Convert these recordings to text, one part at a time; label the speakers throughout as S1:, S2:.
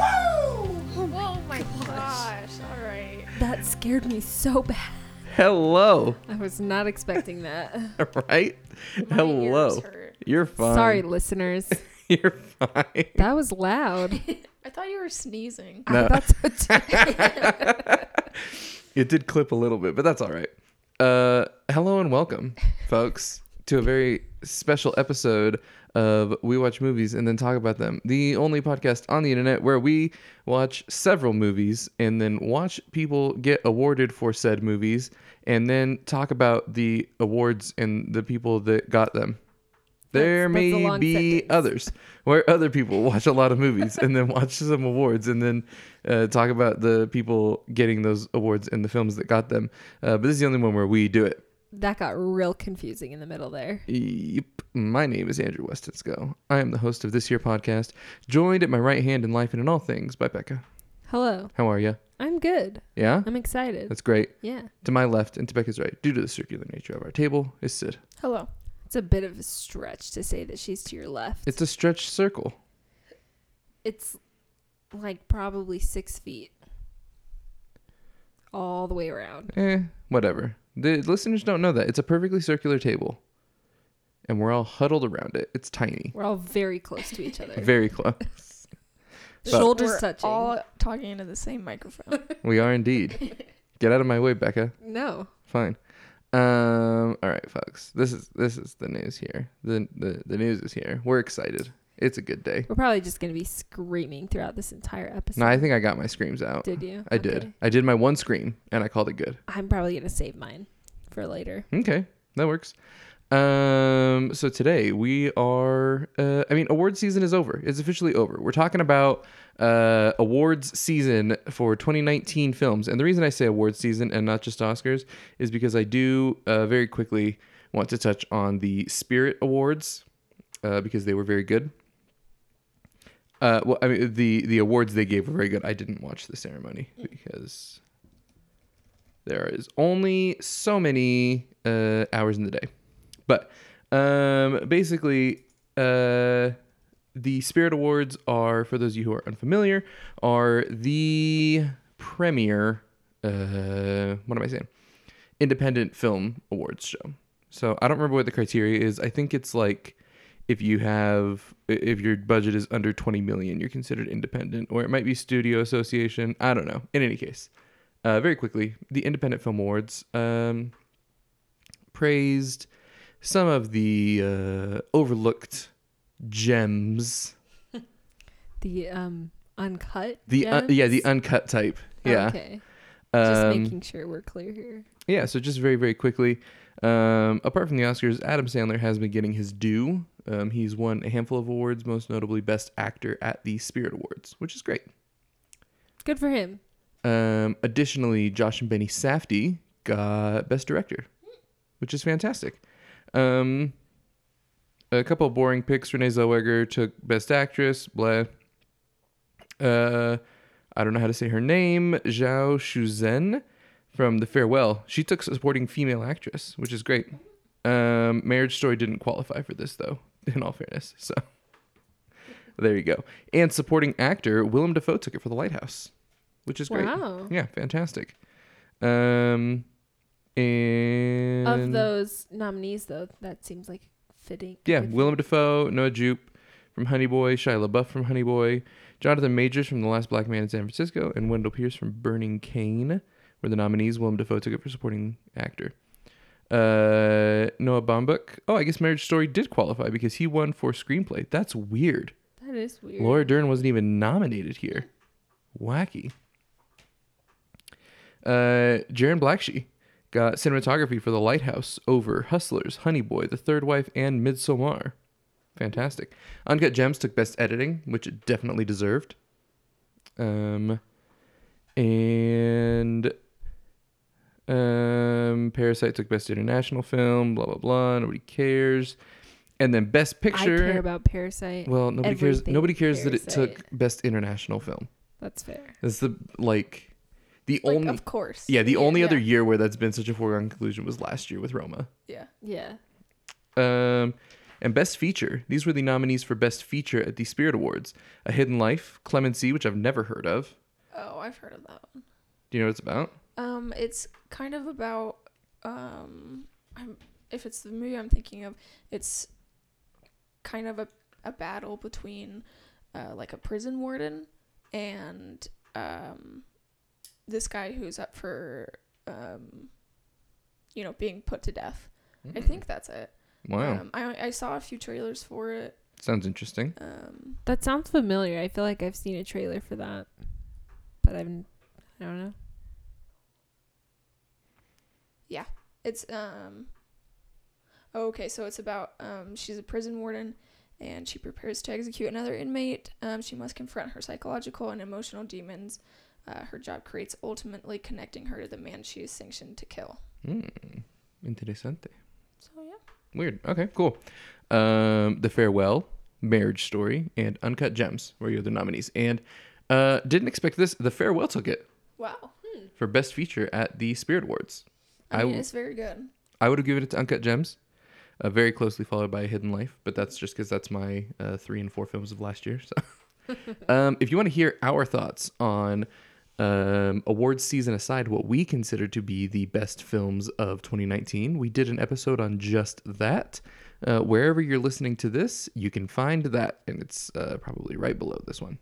S1: Oh
S2: Oh
S1: That scared me so bad.
S3: Hello.
S1: I was not expecting that.
S3: Right?
S2: My
S3: Hello.
S2: ears hurt.
S3: You're fine.
S1: Sorry, listeners.
S3: You're fine.
S1: That was loud.
S2: I thought you were sneezing.
S1: I
S3: No.
S1: thought so too.
S3: It did clip a little bit, but that's all right. Uh, hello and welcome, folks, to a very special episode of We Watch Movies and Then Talk About Them, the only podcast on the internet where we watch several movies and then watch people get awarded for said movies and then talk about the awards and the people that got them. There
S1: That's- that's a
S3: may
S1: long
S3: be
S1: sentence.
S3: others where other people watch a lot of movies and then watch some awards and then uh, talk about the people getting those awards and the films that got them. Uh, but this is the only one where we do it.
S1: That got real confusing in the middle there.
S3: Yep. My name is Andrew Westonsko. I am the host of this here podcast, joined at my right hand in life and in all things by Becca.
S1: Hello.
S3: How are you?
S1: I'm good.
S3: Yeah?
S1: I'm excited.
S3: That's great.
S1: Yeah.
S3: To my left and to Becca's right, due to the circular nature of our table, is Sid.
S2: Hello.
S1: It's a bit of a stretch to say that she's to your left.
S3: It's a stretched circle.
S1: It's like probably six feet all the way around.
S3: Eh, whatever. The listeners don't know that. It's a perfectly circular table. And we're all huddled around it. It's tiny.
S1: We're all very close to each other.
S3: Very close.
S1: Shoulders
S2: We're
S1: touching.
S2: All talking into the same microphone.
S3: we are indeed. Get out of my way, Becca.
S1: No.
S3: Fine. Um, all right, folks. This is this is the news here. The the, the news is here. We're excited. It's a good day.
S1: We're probably just going to be screaming throughout this entire episode.
S3: No, I think I got my screams out.
S1: Did you?
S3: I did.
S1: Okay.
S3: I did my one scream and I called it good.
S1: I'm probably going to save mine for later.
S3: Okay, that works. Um, so today we are, uh, I mean, award season is over. It's officially over. We're talking about uh, awards season for 2019 films. And the reason I say awards season and not just Oscars is because I do uh, very quickly want to touch on the Spirit Awards uh, because they were very good. Uh, well, I mean, the the awards they gave were very good. I didn't watch the ceremony because there is only so many uh, hours in the day. But um, basically, uh, the Spirit Awards are, for those of you who are unfamiliar, are the premier, uh, what am I saying? Independent Film Awards show. So I don't remember what the criteria is. I think it's like if you have if your budget is under 20 million you're considered independent or it might be studio association i don't know in any case uh, very quickly, the Independent Film Awards um, praised some of the uh, overlooked gems.
S1: The um uncut.
S3: The un- yeah, the
S1: gems?
S3: uncut type. Yeah.
S1: Okay. Just
S3: Um,
S1: making sure we're clear here.
S3: Yeah, so just very, very quickly. Um, apart from the Oscars, Adam Sandler has been getting his due. Um, he's won a handful of awards, most notably Best Actor at the Spirit Awards, which is great.
S1: Good for him.
S3: Um, additionally, Josh and Benny Safdie got uh, Best Director, which is fantastic. Um, a couple of boring picks. Renee Zellweger took Best Actress. Blah. Uh, I don't know how to say her name. Zhao Shuzhen from The Farewell. She took Supporting Female Actress, which is great. Um, Marriage Story didn't qualify for this though. In all fairness, so there you go. And Supporting Actor Willem Dafoe took it for The Lighthouse, which is great.
S1: Wow.
S3: Yeah, fantastic. Um, and
S1: Of those nominees though, that seems like fitting.
S3: yeah,
S1: good-
S3: Willem Dafoe, Noah Jupe from Honey Boy, Shia LaBeouf from Honey Boy, Jonathan Majors from The Last Black Man in San Francisco, and Wendell Pierce from Burning Kane were the nominees. Willem Dafoe took it for supporting actor. Uh, Noah Baumbach. Oh, I guess Marriage Story did qualify because he won for screenplay. That's weird.
S1: That is weird.
S3: Laura Dern wasn't even nominated here. Wacky. Uh, Jaron Blackshee got cinematography for The Lighthouse over Hustlers, Honey Boy, The Third Wife, and Midsommar. Fantastic. Uncut Gems took Best Editing, which it definitely deserved. Um, and um, Parasite took Best International Film. Blah blah blah. Nobody cares. And then Best
S1: I
S3: Picture.
S1: care about Parasite.
S3: Well, nobody cares.
S1: everything
S3: Nobody cares that it
S1: Parasite.
S3: took best international film.
S1: That's fair.
S3: That's the like the
S2: Like,
S3: only
S2: of course.
S3: yeah the only other
S1: yeah.
S3: year where that's been such a foregone conclusion was last year with Roma.
S2: Yeah.
S1: Yeah.
S3: Um, and best feature. These were the nominees for best feature at the Spirit Awards: A Hidden Life, Clemency, which I've never heard of.
S2: Oh, I've heard of that one.
S3: Do you know what it's about?
S2: Um, it's kind of about um, I'm, if it's the movie I'm thinking of, it's kind of a a battle between uh, like a prison warden and um, this guy who's up for um, you know being put to death. I think that's it.
S3: Mm-hmm. Wow,
S2: Um, I I saw a few trailers for it.
S3: sounds interesting.
S2: Um,
S1: That sounds familiar. I feel like I've seen a trailer for that, but I've I don't know.
S2: It's um oh, okay, so it's about um she's a prison warden and she prepares to execute another inmate. Um she must confront her psychological and emotional demons. Uh, her job creates ultimately connecting her to the man she is sanctioned to kill.
S3: Mm. Interesante.
S2: So yeah.
S3: Weird. Okay, cool. Um, the Farewell, Marriage Story, and Uncut Gems were your other nominees. And uh, didn't expect this. The Farewell took it
S2: Wow.
S3: for Best Feature at the Spirit Awards.
S2: I,
S3: I
S2: mean
S3: w-
S2: it's very good.
S3: I would have given it to Uncut Gems, uh, very closely followed by Hidden Life, but that's just because that's my uh, three and four films of last year. So, um, if you want to hear our thoughts on um, awards season aside, what we consider to be the best films of 2019, we did an episode on just that. Uh, wherever you're listening to this, you can find that, and it's uh, probably right below this one.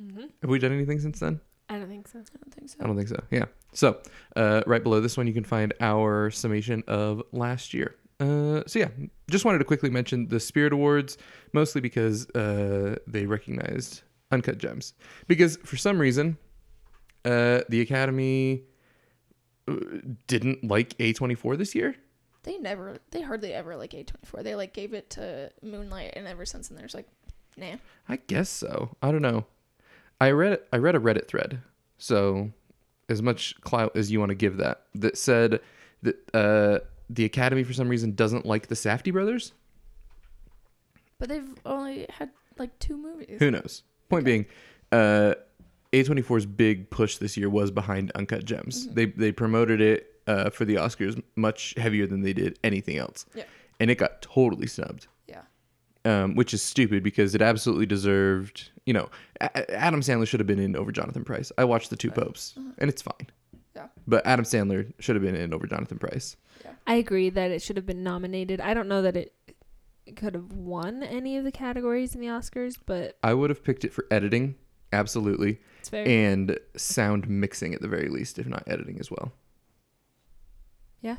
S1: Mm-hmm.
S3: Have we done anything since then?
S1: I don't think so.
S2: I don't think so.
S3: I don't think so. Yeah. So, uh, right below this one, you can find our summation of last year. Uh, so yeah, just wanted to quickly mention the Spirit Awards, mostly because uh, they recognized Uncut Gems. Because for some reason, uh, the Academy uh, didn't like A24 this year.
S2: They never they hardly ever like A twenty four. They like gave it to Moonlight and ever since then there's like nah.
S3: I guess so. I don't know. I read I read a Reddit thread. So as much clout as you want to give that that said that uh, the Academy for some reason doesn't like the Safety brothers.
S2: But they've only had like two movies.
S3: Who knows? Point being, uh, A24's big push this year was behind Uncut Gems.
S2: Mm-hmm.
S3: They they promoted it uh, for the Oscars much heavier than they did anything else.
S2: Yeah.
S3: And it got totally snubbed.
S2: Yeah.
S3: um, which is stupid because it absolutely deserved. You know, A- A- Adam Sandler should have been in over Jonathan Price. I watched the two popes, and it's fine.
S2: Mm-hmm. Yeah.
S3: But Adam Sandler should have been in over Jonathan Price.
S1: I agree that it should have been nominated. I don't know that it it could have won any of the categories in the Oscars, but
S3: I would have picked it for editing, absolutely,
S1: it's very
S3: and sound mixing at the very least, if not editing as well.
S1: Yeah.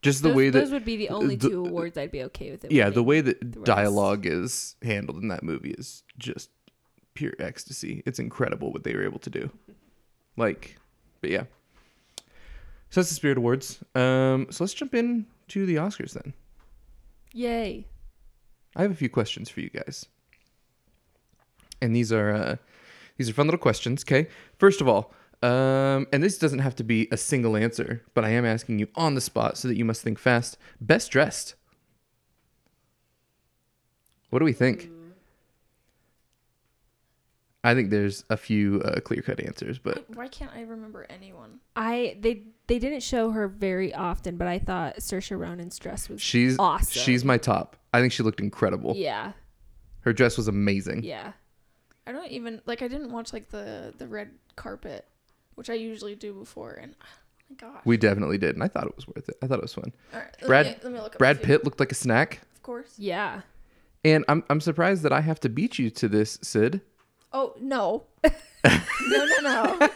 S3: Just the
S1: those,
S3: way that
S1: those would be the only
S3: the-
S1: two awards I'd be okay with. It
S3: yeah, the
S1: winning.
S3: way that
S1: the rest.
S3: dialogue is handled in that movie is just pure ecstasy. It's incredible what they were able to do. Like, but yeah. So that's the Spirit Awards. Um, so let's jump in to the Oscars then.
S1: Yay!
S3: I have a few questions for you guys, and these are uh, these are fun little questions. Okay, first of all, um, and this doesn't have to be a single answer, but I am asking you on the spot so that you must think fast. Best dressed. What do we think?
S1: Mm-hmm.
S3: I think there's a few uh, clear cut answers, but
S2: Why can't I remember anyone?
S1: I they they didn't show her very often, but I thought Saoirse Ronan's dress was
S3: she's
S1: awesome.
S3: she's my top. I think she looked incredible.
S1: yeah
S3: Her dress was amazing.
S1: yeah.
S2: I don't even like I didn't watch like the the red carpet, which I usually do before and oh my gosh.
S3: We definitely did, and I thought it was worth it. I thought it was fun.
S2: All right, let
S3: Brad-
S2: me, let me look up a
S3: Brad
S2: few,
S3: Pitt looked like a snack.
S2: of course.
S1: Yeah.
S3: And I'm I'm surprised that I have to beat you to this, Sid.
S2: Oh no. no no no.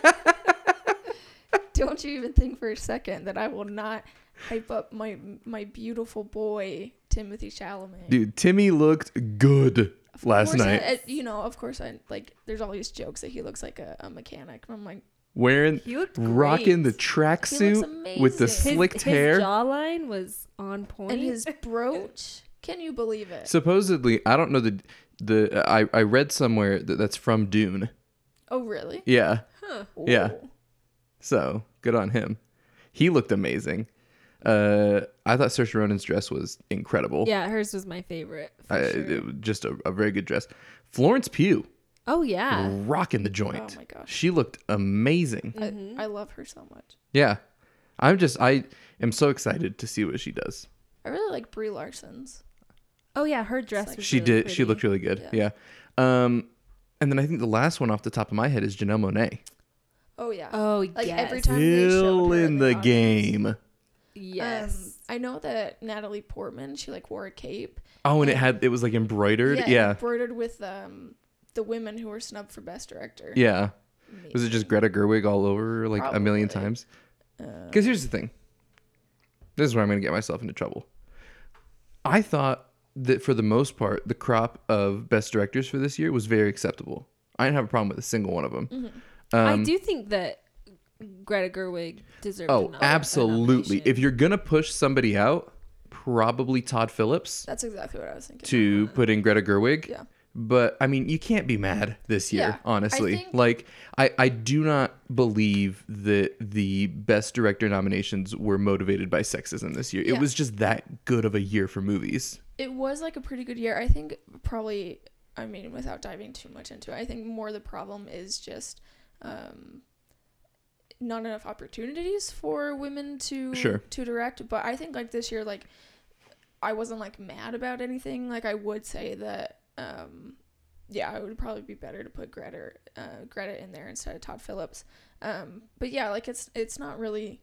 S2: don't you even think for a second that I will not hype up my my beautiful boy Timothy Chalamet.
S3: Dude, Timmy looked good
S2: Of
S3: last
S2: course I-
S3: night.
S2: I- you know, of course I like there's all these jokes that he looks like a, a mechanic. and I'm like
S3: Wearing
S1: He looked
S3: rocking the
S1: great.
S2: he looks
S3: tracksuit
S2: amazing.
S3: with the
S1: His-
S3: slicked
S1: his
S3: hair.
S1: jawline was on point.
S2: and his brooch. Can you believe it?
S3: Supposedly, I don't know the the I I read somewhere that that's from Dune.
S2: oh really?
S3: Yeah. Yeah.
S2: Ooh.
S3: So, good on him. He looked amazing. Uh I thought Saoirse Ronan's dress was incredible.
S1: yeah, hers was my favorite. for
S3: I,
S1: sure.
S3: it was just a, a very good dress. Florence Pugh
S1: oh yeah.
S3: rocking the
S2: Oh
S3: joint.
S2: my gosh.
S3: She looked amazing.
S2: I, I love her so much.
S3: Yeah. I'm just I am so excited to see what she does.
S2: I really like Brie Larson's.
S1: Oh yeah, her dress.
S2: like-
S1: was
S3: She
S1: really
S3: did she
S1: pretty.
S3: looked really good. Yeah. Um and then I think the last one off the top of my head is Janelle Monet.
S2: Oh yeah.
S1: Oh,
S2: Like,
S1: yes.
S2: every time- they showed
S3: Still
S2: her
S3: in
S2: in
S3: the
S2: the audience.
S3: game.
S1: Yes.
S2: Um, I know that Natalie Portman, she like wore a cape.
S3: Oh, and it had it was like embroidered. Yeah. Yeah.
S2: Embroidered with um the women who were snubbed for best director.
S3: Was it just Greta Gerwig all over like a million
S2: Probably.
S3: times?
S2: Uh,
S3: Because here's the thing. This is where I'm going to get myself into trouble. I thought that for the most part, the crop of best directors for this year was very acceptable. I didn't have a problem with a single one of Um, them.
S2: Mm-hmm.
S1: I
S2: um,
S1: do think that Greta Gerwig deserved.
S3: Oh,
S1: another- a
S3: absolutely.
S1: nomination.
S3: If you're going to push somebody out, probably Todd Phillips
S2: that's exactly what I was thinking.
S3: to put in Greta Gerwig.
S2: Yeah.
S3: But I mean, you can't be mad this year,
S2: Yeah, I
S3: honestly.
S2: think-
S3: like, I, I do not believe that the best director nominations were motivated by sexism this year. It
S2: Yeah.
S3: was just that good of a year for movies.
S2: It was like a pretty good year. I think probably I mean without diving too much into it, I think more the problem is just um not enough opportunities for women to
S3: Sure.
S2: to direct, but I think like this year like I wasn't like mad about anything. Like I would say that um yeah, it would probably be better to put Greta uh, Greta in there instead of Todd Phillips. Um but yeah, like it's it's not really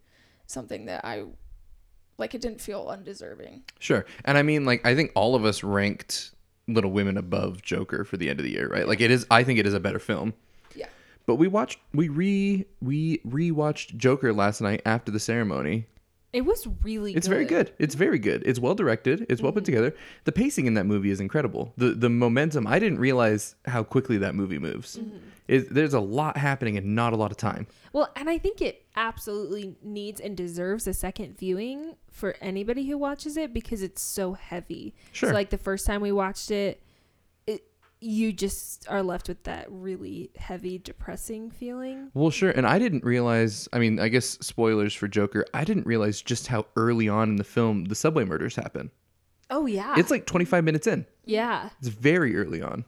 S2: something that I like it didn't feel undeserving.
S3: Sure. And I mean, like, I think all of us ranked Little Women above Joker for the end of the year, right? Like, it is, I think it is a better film.
S2: Yeah.
S3: But we watched, we re, we rewatched Joker last night after the ceremony.
S1: it was really.
S3: It's very good. It's very good. It's well directed. It's well put together. The pacing in that movie is incredible. The the momentum. I didn't realize how quickly that movie moves. It, there's a lot happening and not a lot of time.
S1: Well, and I think it absolutely needs and deserves a second viewing for anybody who watches it because it's so heavy.
S3: Sure.
S1: So, like the first time we watched it, it you just are left with that really heavy, depressing feeling.
S3: Well, sure. And I didn't realize. I mean, I guess spoilers for Joker. I didn't realize just how early on in the film the subway murders happen.
S1: Oh yeah.
S3: It's like 25 minutes in.
S1: yeah.
S3: It's very early on.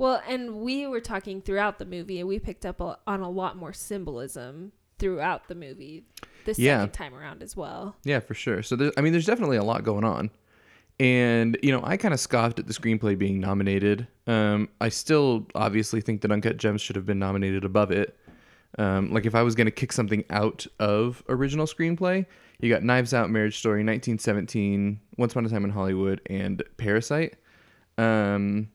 S1: Well, and we were talking throughout the movie, and we picked up a, on a lot more symbolism throughout the movie this
S3: Yeah.
S1: second time around as well.
S3: Yeah, for sure. So there, I mean, there's definitely a lot going on, and you know, I kind of scoffed at the screenplay being nominated. Um, I still obviously think that Uncut Gems should have been nominated above it. Um, like if I was going to kick something out of original screenplay, you got Knives Out, Marriage Story, 1917, Once Upon a Time in Hollywood, and Parasite. Um,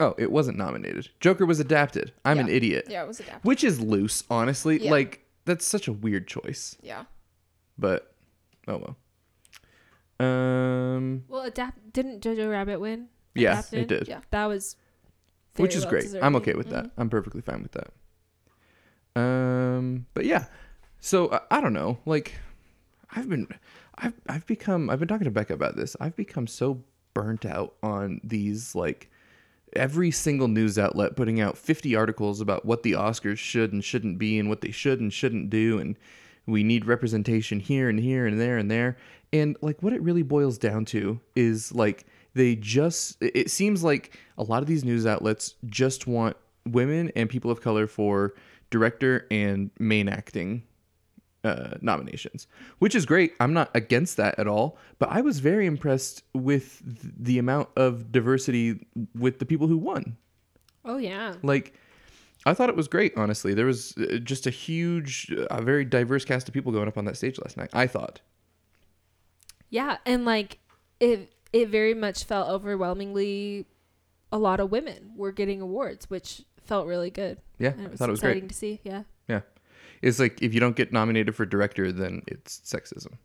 S3: oh, it wasn't nominated. Joker was adapted. I'm an
S2: Yeah.
S3: idiot,
S2: Yeah, it was adapted.
S3: which is loose, honestly.
S2: Yeah.
S3: Like that's such a weird choice
S2: Yeah.
S3: but oh well. Um,
S1: Well, adapt didn't Jojo Rabbit win?
S3: yeah,
S1: Adapted?
S3: it did,
S2: Yeah.
S1: That was very
S3: which is
S1: well Mm-hmm.
S3: great. I'm
S1: deserving.
S3: okay with that. I'm perfectly fine with that. Um, but yeah, so I, I don't know. Like, I've been, I've I've become. I've been talking to Becca about this. I've become so burnt out on these like every single news outlet putting out 50 articles about what the Oscars should and shouldn't be and what they should and shouldn't do and we need representation here and here and there and there and like what it really boils down to is like they just it it seems like a lot of these news outlets just want women and people of color for director and main acting uh, nominations, which is great. I'm not against that at all, but I was very impressed with th- the amount of diversity with the people who won.
S1: Oh yeah.
S3: Like, I thought it was great, honestly. There was uh, just a huge, a very diverse cast of people going up on that stage last night. I thought.
S1: Yeah, and like it it very much felt overwhelmingly a lot of women were getting awards, which felt really good.
S3: Yeah,
S1: And
S3: I thought it was
S1: exciting
S3: great.
S1: to see. Yeah.
S3: Yeah. It's like if you don't get nominated for director, then it's sexism.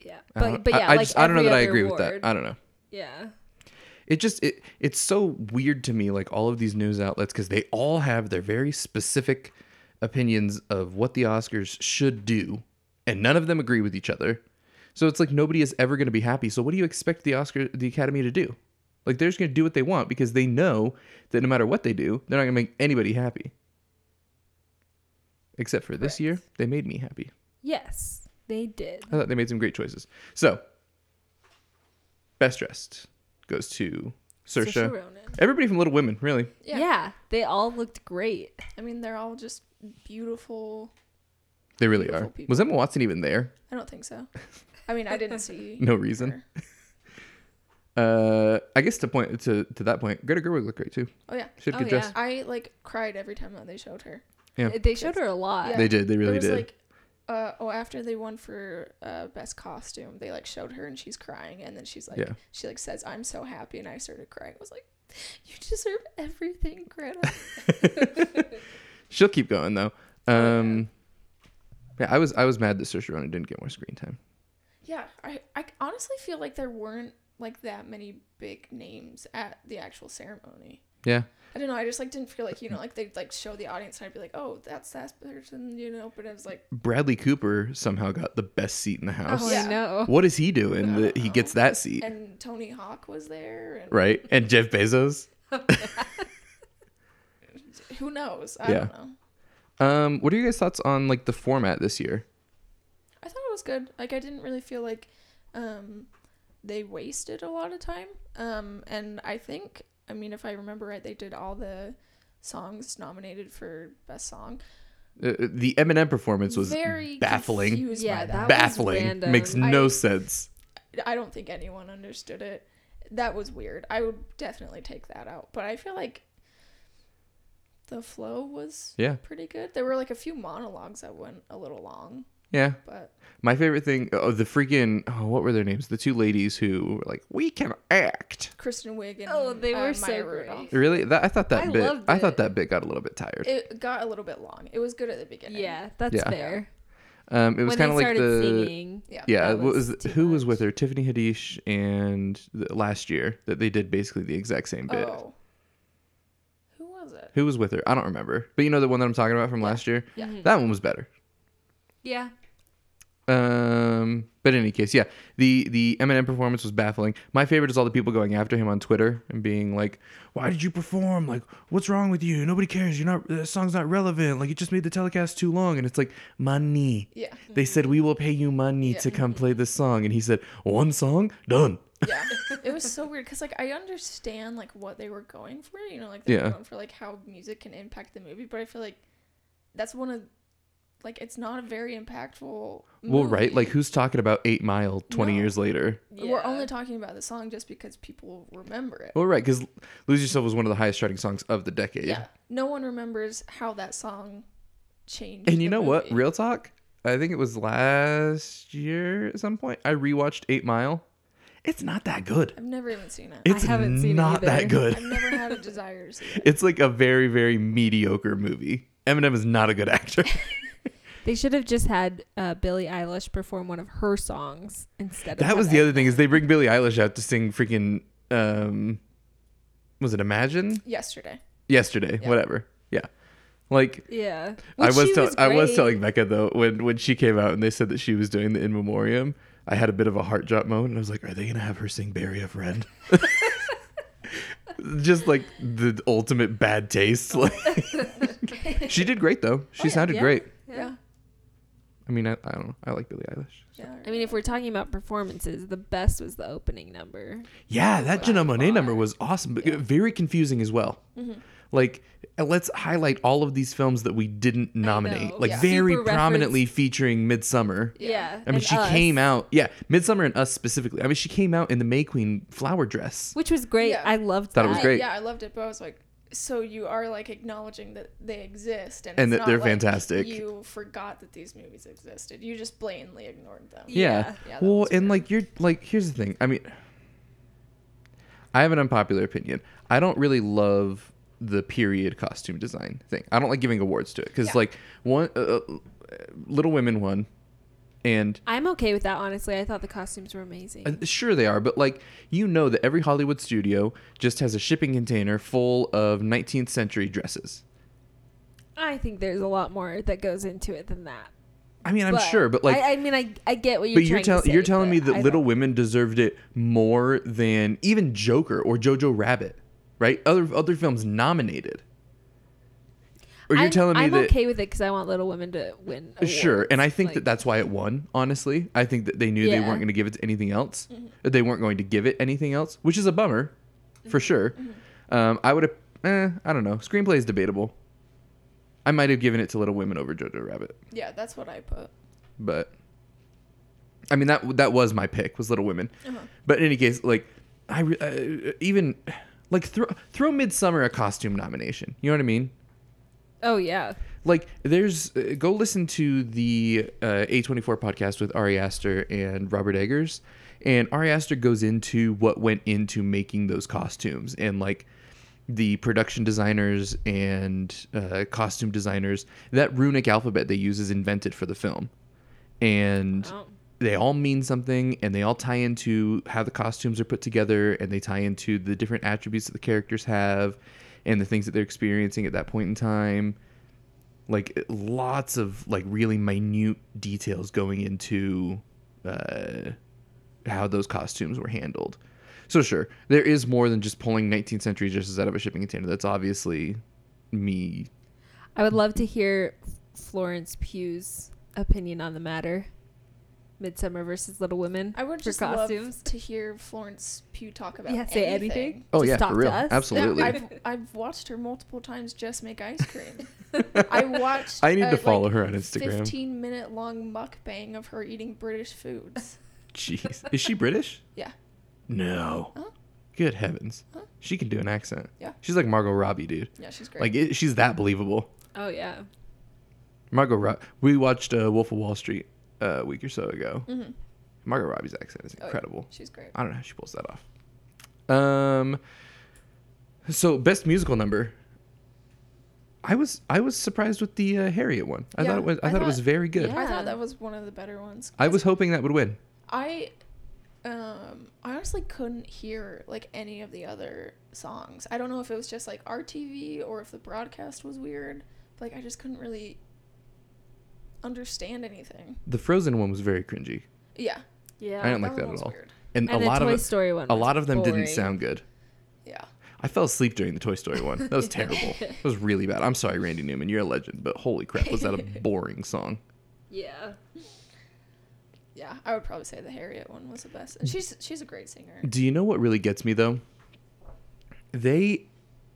S1: Yeah. But
S3: I don't-
S1: but yeah,
S3: Uh-huh. I, I
S1: like
S3: just I don't know
S1: every
S3: that I
S1: other
S3: agree with
S1: award.
S3: that. I don't know.
S1: yeah.
S3: it just it it's so weird to me like all of these news outlets because they all have their very specific opinions of what the oscars should do and none of them agree with each other so it's like nobody is ever going to be happy so what do you expect the oscar the academy to do like they're just going to do what they want because they know that no matter what they do they're not going to make anybody happy except for this year they made me happy
S1: Yes, they did.
S3: i thought they made some great choices so best dressed goes to Saoirse
S1: Saoirse Ronan.
S3: Everybody from Little Women, really.
S1: Yeah.
S2: Yeah.
S1: they all looked great.
S2: I mean, they're all just beautiful.
S3: They really
S2: Beautiful
S3: are.
S2: people.
S3: Was Emma Watson even there?
S2: I don't think so. I mean, I didn't see.
S3: No reason.
S2: her.
S3: Uh, I guess to point to to that point, Greta Gerwig looked great too.
S2: Oh yeah.
S3: She had
S1: Oh,
S3: good
S1: yeah.
S3: dress.
S2: I like cried every time that they showed her.
S3: Yeah.
S1: They showed her a lot.
S2: Yeah.
S3: They did. They really
S2: there was
S3: did.
S2: like uh, oh after they won for uh, best costume, they like showed her and she's crying and then she's like
S3: Yeah.
S2: she like says I'm so happy and I started crying. I was like you deserve everything, Greta.
S3: She'll keep going though.
S2: Oh, yeah.
S3: Um, yeah. I was I was mad that Saoirse Ronan didn't get more screen time.
S2: yeah, I I honestly feel like there weren't like that many big names at the actual ceremony.
S3: Yeah.
S2: I don't know. I just like didn't feel like you know like they'd like show the audience and I'd be like oh that's that person you know but it was like
S3: Bradley Cooper somehow got the best seat in the house.
S1: Oh,
S2: Yeah.
S1: I know.
S3: What is he doing that he gets that seat?
S2: and Tony Hawk was there and
S3: right? And Jeff Bezos.
S2: who knows I
S3: Yeah.
S2: don't know.
S3: Um, what are you guys' thoughts on like the format this year?
S2: I thought it was good. Like I didn't really feel like um they wasted a lot of time. Um and I think I mean if I remember right they did all the songs nominated for best song.
S3: Uh, the Eminem performance was
S2: Very
S3: baffling.
S2: confused
S1: Yeah,
S2: by that.
S1: that was
S3: baffling.
S1: random.
S3: Makes
S1: I-
S3: no sense.
S2: I don't think anyone understood it. That was weird. I would definitely take that out. But I feel like the flow was
S3: Yeah.
S2: pretty good. There were like a few monologues that went a little long,
S3: Yeah.
S2: but
S3: My favorite thing, oh, the freaking, oh, what were their names? The two ladies who were like, we can act.
S2: Kristen Wiig and
S1: Oh, they were
S2: uh,
S1: so
S2: Maya
S1: great.
S2: Rudolph.
S3: Really? That, I thought that
S1: I
S3: bit,
S1: loved
S3: I thought
S1: it.
S3: that bit got a little bit tired.
S2: It got a little bit long. It was good at the beginning.
S1: Yeah, that's
S3: Yeah.
S1: fair.
S3: um, it was
S1: when
S3: kind
S1: they
S3: of like
S1: started
S3: the,
S1: singing,
S2: Yeah.
S3: yeah,
S1: that
S3: what was
S1: was too
S3: who was
S1: much.
S3: with her? Tiffany Haddish and the, last year that they did basically the exact same bit.
S2: Oh. Who was it?
S3: Who was with her? I don't remember. But you know the one that I'm talking about from last year?
S2: Yeah. Mhm.
S3: That one was better.
S1: yeah,
S3: Um, but in any case, yeah, the the Eminem performance was baffling. My favorite is all the people going after him on Twitter and being like, "Why did you perform? Like, what's wrong with you? Nobody cares. You're not. The song's not relevant. Like, it just made the telecast too long." And it's like, money.
S2: Yeah.
S3: They said we will pay you money
S2: Yeah.
S3: to come play this song, and he said, "One song, done."
S2: Yeah. it was so weird because, like, I understand, like, what they were going for, you know, like, they
S3: Yeah.
S2: were going for, like, how music can impact the movie, but I feel like that's one of, like, it's not a very impactful.
S3: Well, right,
S2: movie.
S3: like who's talking about Eight Mile twenty
S2: No.
S3: years later?
S2: We're only talking about the song just because people remember it.
S3: Well, right, because "Lose Yourself" was one of the highest charting songs of the decade.
S2: yeah. No one remembers how that song changed.
S3: And you
S2: the
S3: know what?
S2: movie.
S3: Real talk. I think it was last year at some point. I rewatched Eight Mile. It's not that good.
S2: I've never even seen it.
S3: It's
S1: haven't seen it
S3: not
S1: either.
S3: that
S2: I've
S3: good.
S2: never had a desire to see it.
S3: It's like a very, very mediocre movie. Eminem is not a good actor.
S1: they should have just had uh, Billie Eilish perform one of her songs instead.
S3: that
S1: of
S3: was the other thing is they bring Billie Eilish out to sing freaking um was it Imagine?
S2: Yesterday.
S3: Yesterday,
S2: Yeah.
S3: whatever. Yeah. Like
S1: Yeah,
S3: I
S1: Which
S3: was,
S1: she
S3: tell- I was
S1: great.
S3: telling Becca though when when she came out and they said that she was doing the in memoriam, I had a bit of a heart drop moment and I was like, are they gonna have her sing "Bury a Friend"? Just like the ultimate bad taste. Like she did great though. She
S2: yeah.
S3: sounded
S1: Oh, Yeah.
S3: great.
S1: Yeah.
S2: Yeah.
S3: I mean, I, I don't know. I like Billie Eilish.
S2: Yeah.
S1: I mean, if we're talking about performances, the best was the opening number.
S3: Yeah, that Janelle Monet
S2: far.
S3: number was awesome, but very confusing as well.
S1: Mm-hmm.
S3: Like, uh, let's highlight all of these films that we didn't nominate,
S1: know,
S3: like
S1: yeah.
S3: very
S1: Super
S3: prominently featuring Midsummer.
S1: Yeah,
S3: I mean,
S1: and
S3: she
S1: Us,
S3: came out. Yeah, Midsummer and Us specifically. I mean, she came out in the May Queen flower dress.
S1: which was great.
S2: Yeah.
S1: I loved
S3: Thought
S1: that.
S3: it was
S2: I-
S3: great.
S2: Yeah, I loved it, but I was like, so you are like acknowledging that they exist and,
S3: And
S2: it's
S3: that they're
S2: not like
S3: fantastic.
S2: You forgot that these movies existed. You just blatantly ignored them.
S3: Yeah.
S2: Yeah, that
S3: well,
S2: was weird.
S3: and like you're like here's the thing. I mean, I have an unpopular opinion. I don't really love the period costume design thing. I don't like giving awards to it because
S2: Yeah.
S3: like one, uh, uh, Little Women won, and
S1: I'm okay with that. Honestly, I thought the costumes were amazing.
S3: Uh, Sure, they are, but like you know that every Hollywood studio just has a shipping container full of 19th century dresses.
S1: I think there's a lot more that goes into it than that.
S3: I mean, I'm sure, but like,
S1: I, I mean, I, I get what you're.
S3: but you're
S1: trying
S3: telling
S1: to say,
S3: you're telling
S1: but
S3: me
S1: I
S3: that Little
S1: don't-
S3: Women deserved it more than even Joker or Jojo Rabbit, right? Other other films nominated. Or you're
S1: I'm,
S3: telling me
S1: I'm
S3: that
S1: okay with it because I want Little Women to win.
S3: Sure, and I
S1: awards,
S3: think
S1: like-
S3: that that's why it won. Honestly, I think that they knew they
S1: Yeah. Mm-hmm.
S3: weren't going to give it to anything else. They weren't going to give it anything else, which is a bummer,
S1: Mm-hmm.
S3: for sure. Um, I would have. Eh, I don't know. Screenplay is debatable. I might have given it to Little Women over Jojo Rabbit,
S2: yeah, that's what I put.
S3: but I mean that that was my pick was Little Women.
S2: Uh-huh.
S3: But in any case, like I re- uh, even like throw throw Midsummer a costume nomination. You know what I mean?
S1: Oh yeah.
S3: like there's uh, go listen to the uh, A24 podcast with Ari Aster and Robert Eggers and Ari Aster goes into what went into making those costumes and like the production designers and uh, costume designers that runic alphabet they use is invented for the film and
S1: Wow.
S3: they all mean something and they all tie into how the costumes are put together and they tie into the different attributes that the characters have and the things that they're experiencing at that point in time like lots of like really minute details going into uh, how those costumes were handled so sure there is more than just pulling 19th century dresses out of a shipping container that's obviously me
S1: I would love to hear Florence Pugh's opinion on the matter. Midsummer versus Little Women.
S2: I would
S1: For
S2: just
S1: costumes.
S2: love to hear Florence Pugh talk about
S1: Yeah, say anything.
S3: oh
S1: Just
S3: yeah
S1: talk
S3: for
S1: to
S3: real
S1: us.
S3: absolutely
S2: Yeah, I've, I've watched her multiple times just make ice cream. I watched.
S3: I need
S2: a,
S3: to follow
S2: like,
S3: her on Instagram.
S2: Fifteen minute long mukbang of her eating British foods.
S3: Jeez. Is she British?
S2: Yeah.
S3: No.
S2: Huh?
S3: Good heavens.
S2: Huh?
S3: She can do an accent.
S2: Yeah.
S3: She's like Margot Robbie, dude.
S2: Yeah, she's great.
S3: Like it, she's that believable.
S1: Oh yeah.
S3: Margot Robbie. We watched uh, Wolf of Wall Street uh, a week or so ago. Margot Robbie's accent is
S2: yeah.
S3: incredible.
S2: Mm-hmm. she's great.
S3: I don't know how she pulls that off. Um. So best musical number. I was I was surprised with the uh, Harriet one. I
S2: Yeah,
S3: thought it was I,
S2: I
S3: thought, it
S2: thought-
S3: was very good.
S1: yeah.
S2: I thought that was one of the better ones.
S3: I
S2: 'cause
S3: was hoping that would win.
S2: I um I honestly couldn't hear like any of the other songs. I don't know if it was just like RTV or if the broadcast was weird. But, like I just couldn't really understand anything.
S3: The Frozen one was very cringy,
S2: Yeah.
S1: Yeah.
S3: I don't like
S2: that
S3: that
S2: one
S3: at
S2: was
S3: all.
S2: Weird.
S3: and,
S1: and
S3: a
S1: the
S3: lot
S1: Toy
S3: of it-
S1: Story one.
S3: a
S1: was
S3: lot of them didn't
S1: boring.
S3: sound good.
S2: Yeah.
S3: I fell asleep during the Toy Story one. That was terrible. that was really bad. I'm sorry, Randy Newman. You're a legend, but holy crap, was that a boring song?
S1: Yeah.
S2: Yeah, I would probably say the Harriet one was the best.
S3: Mm.
S2: And she's she's a great singer.
S3: Do you know what really gets me though? They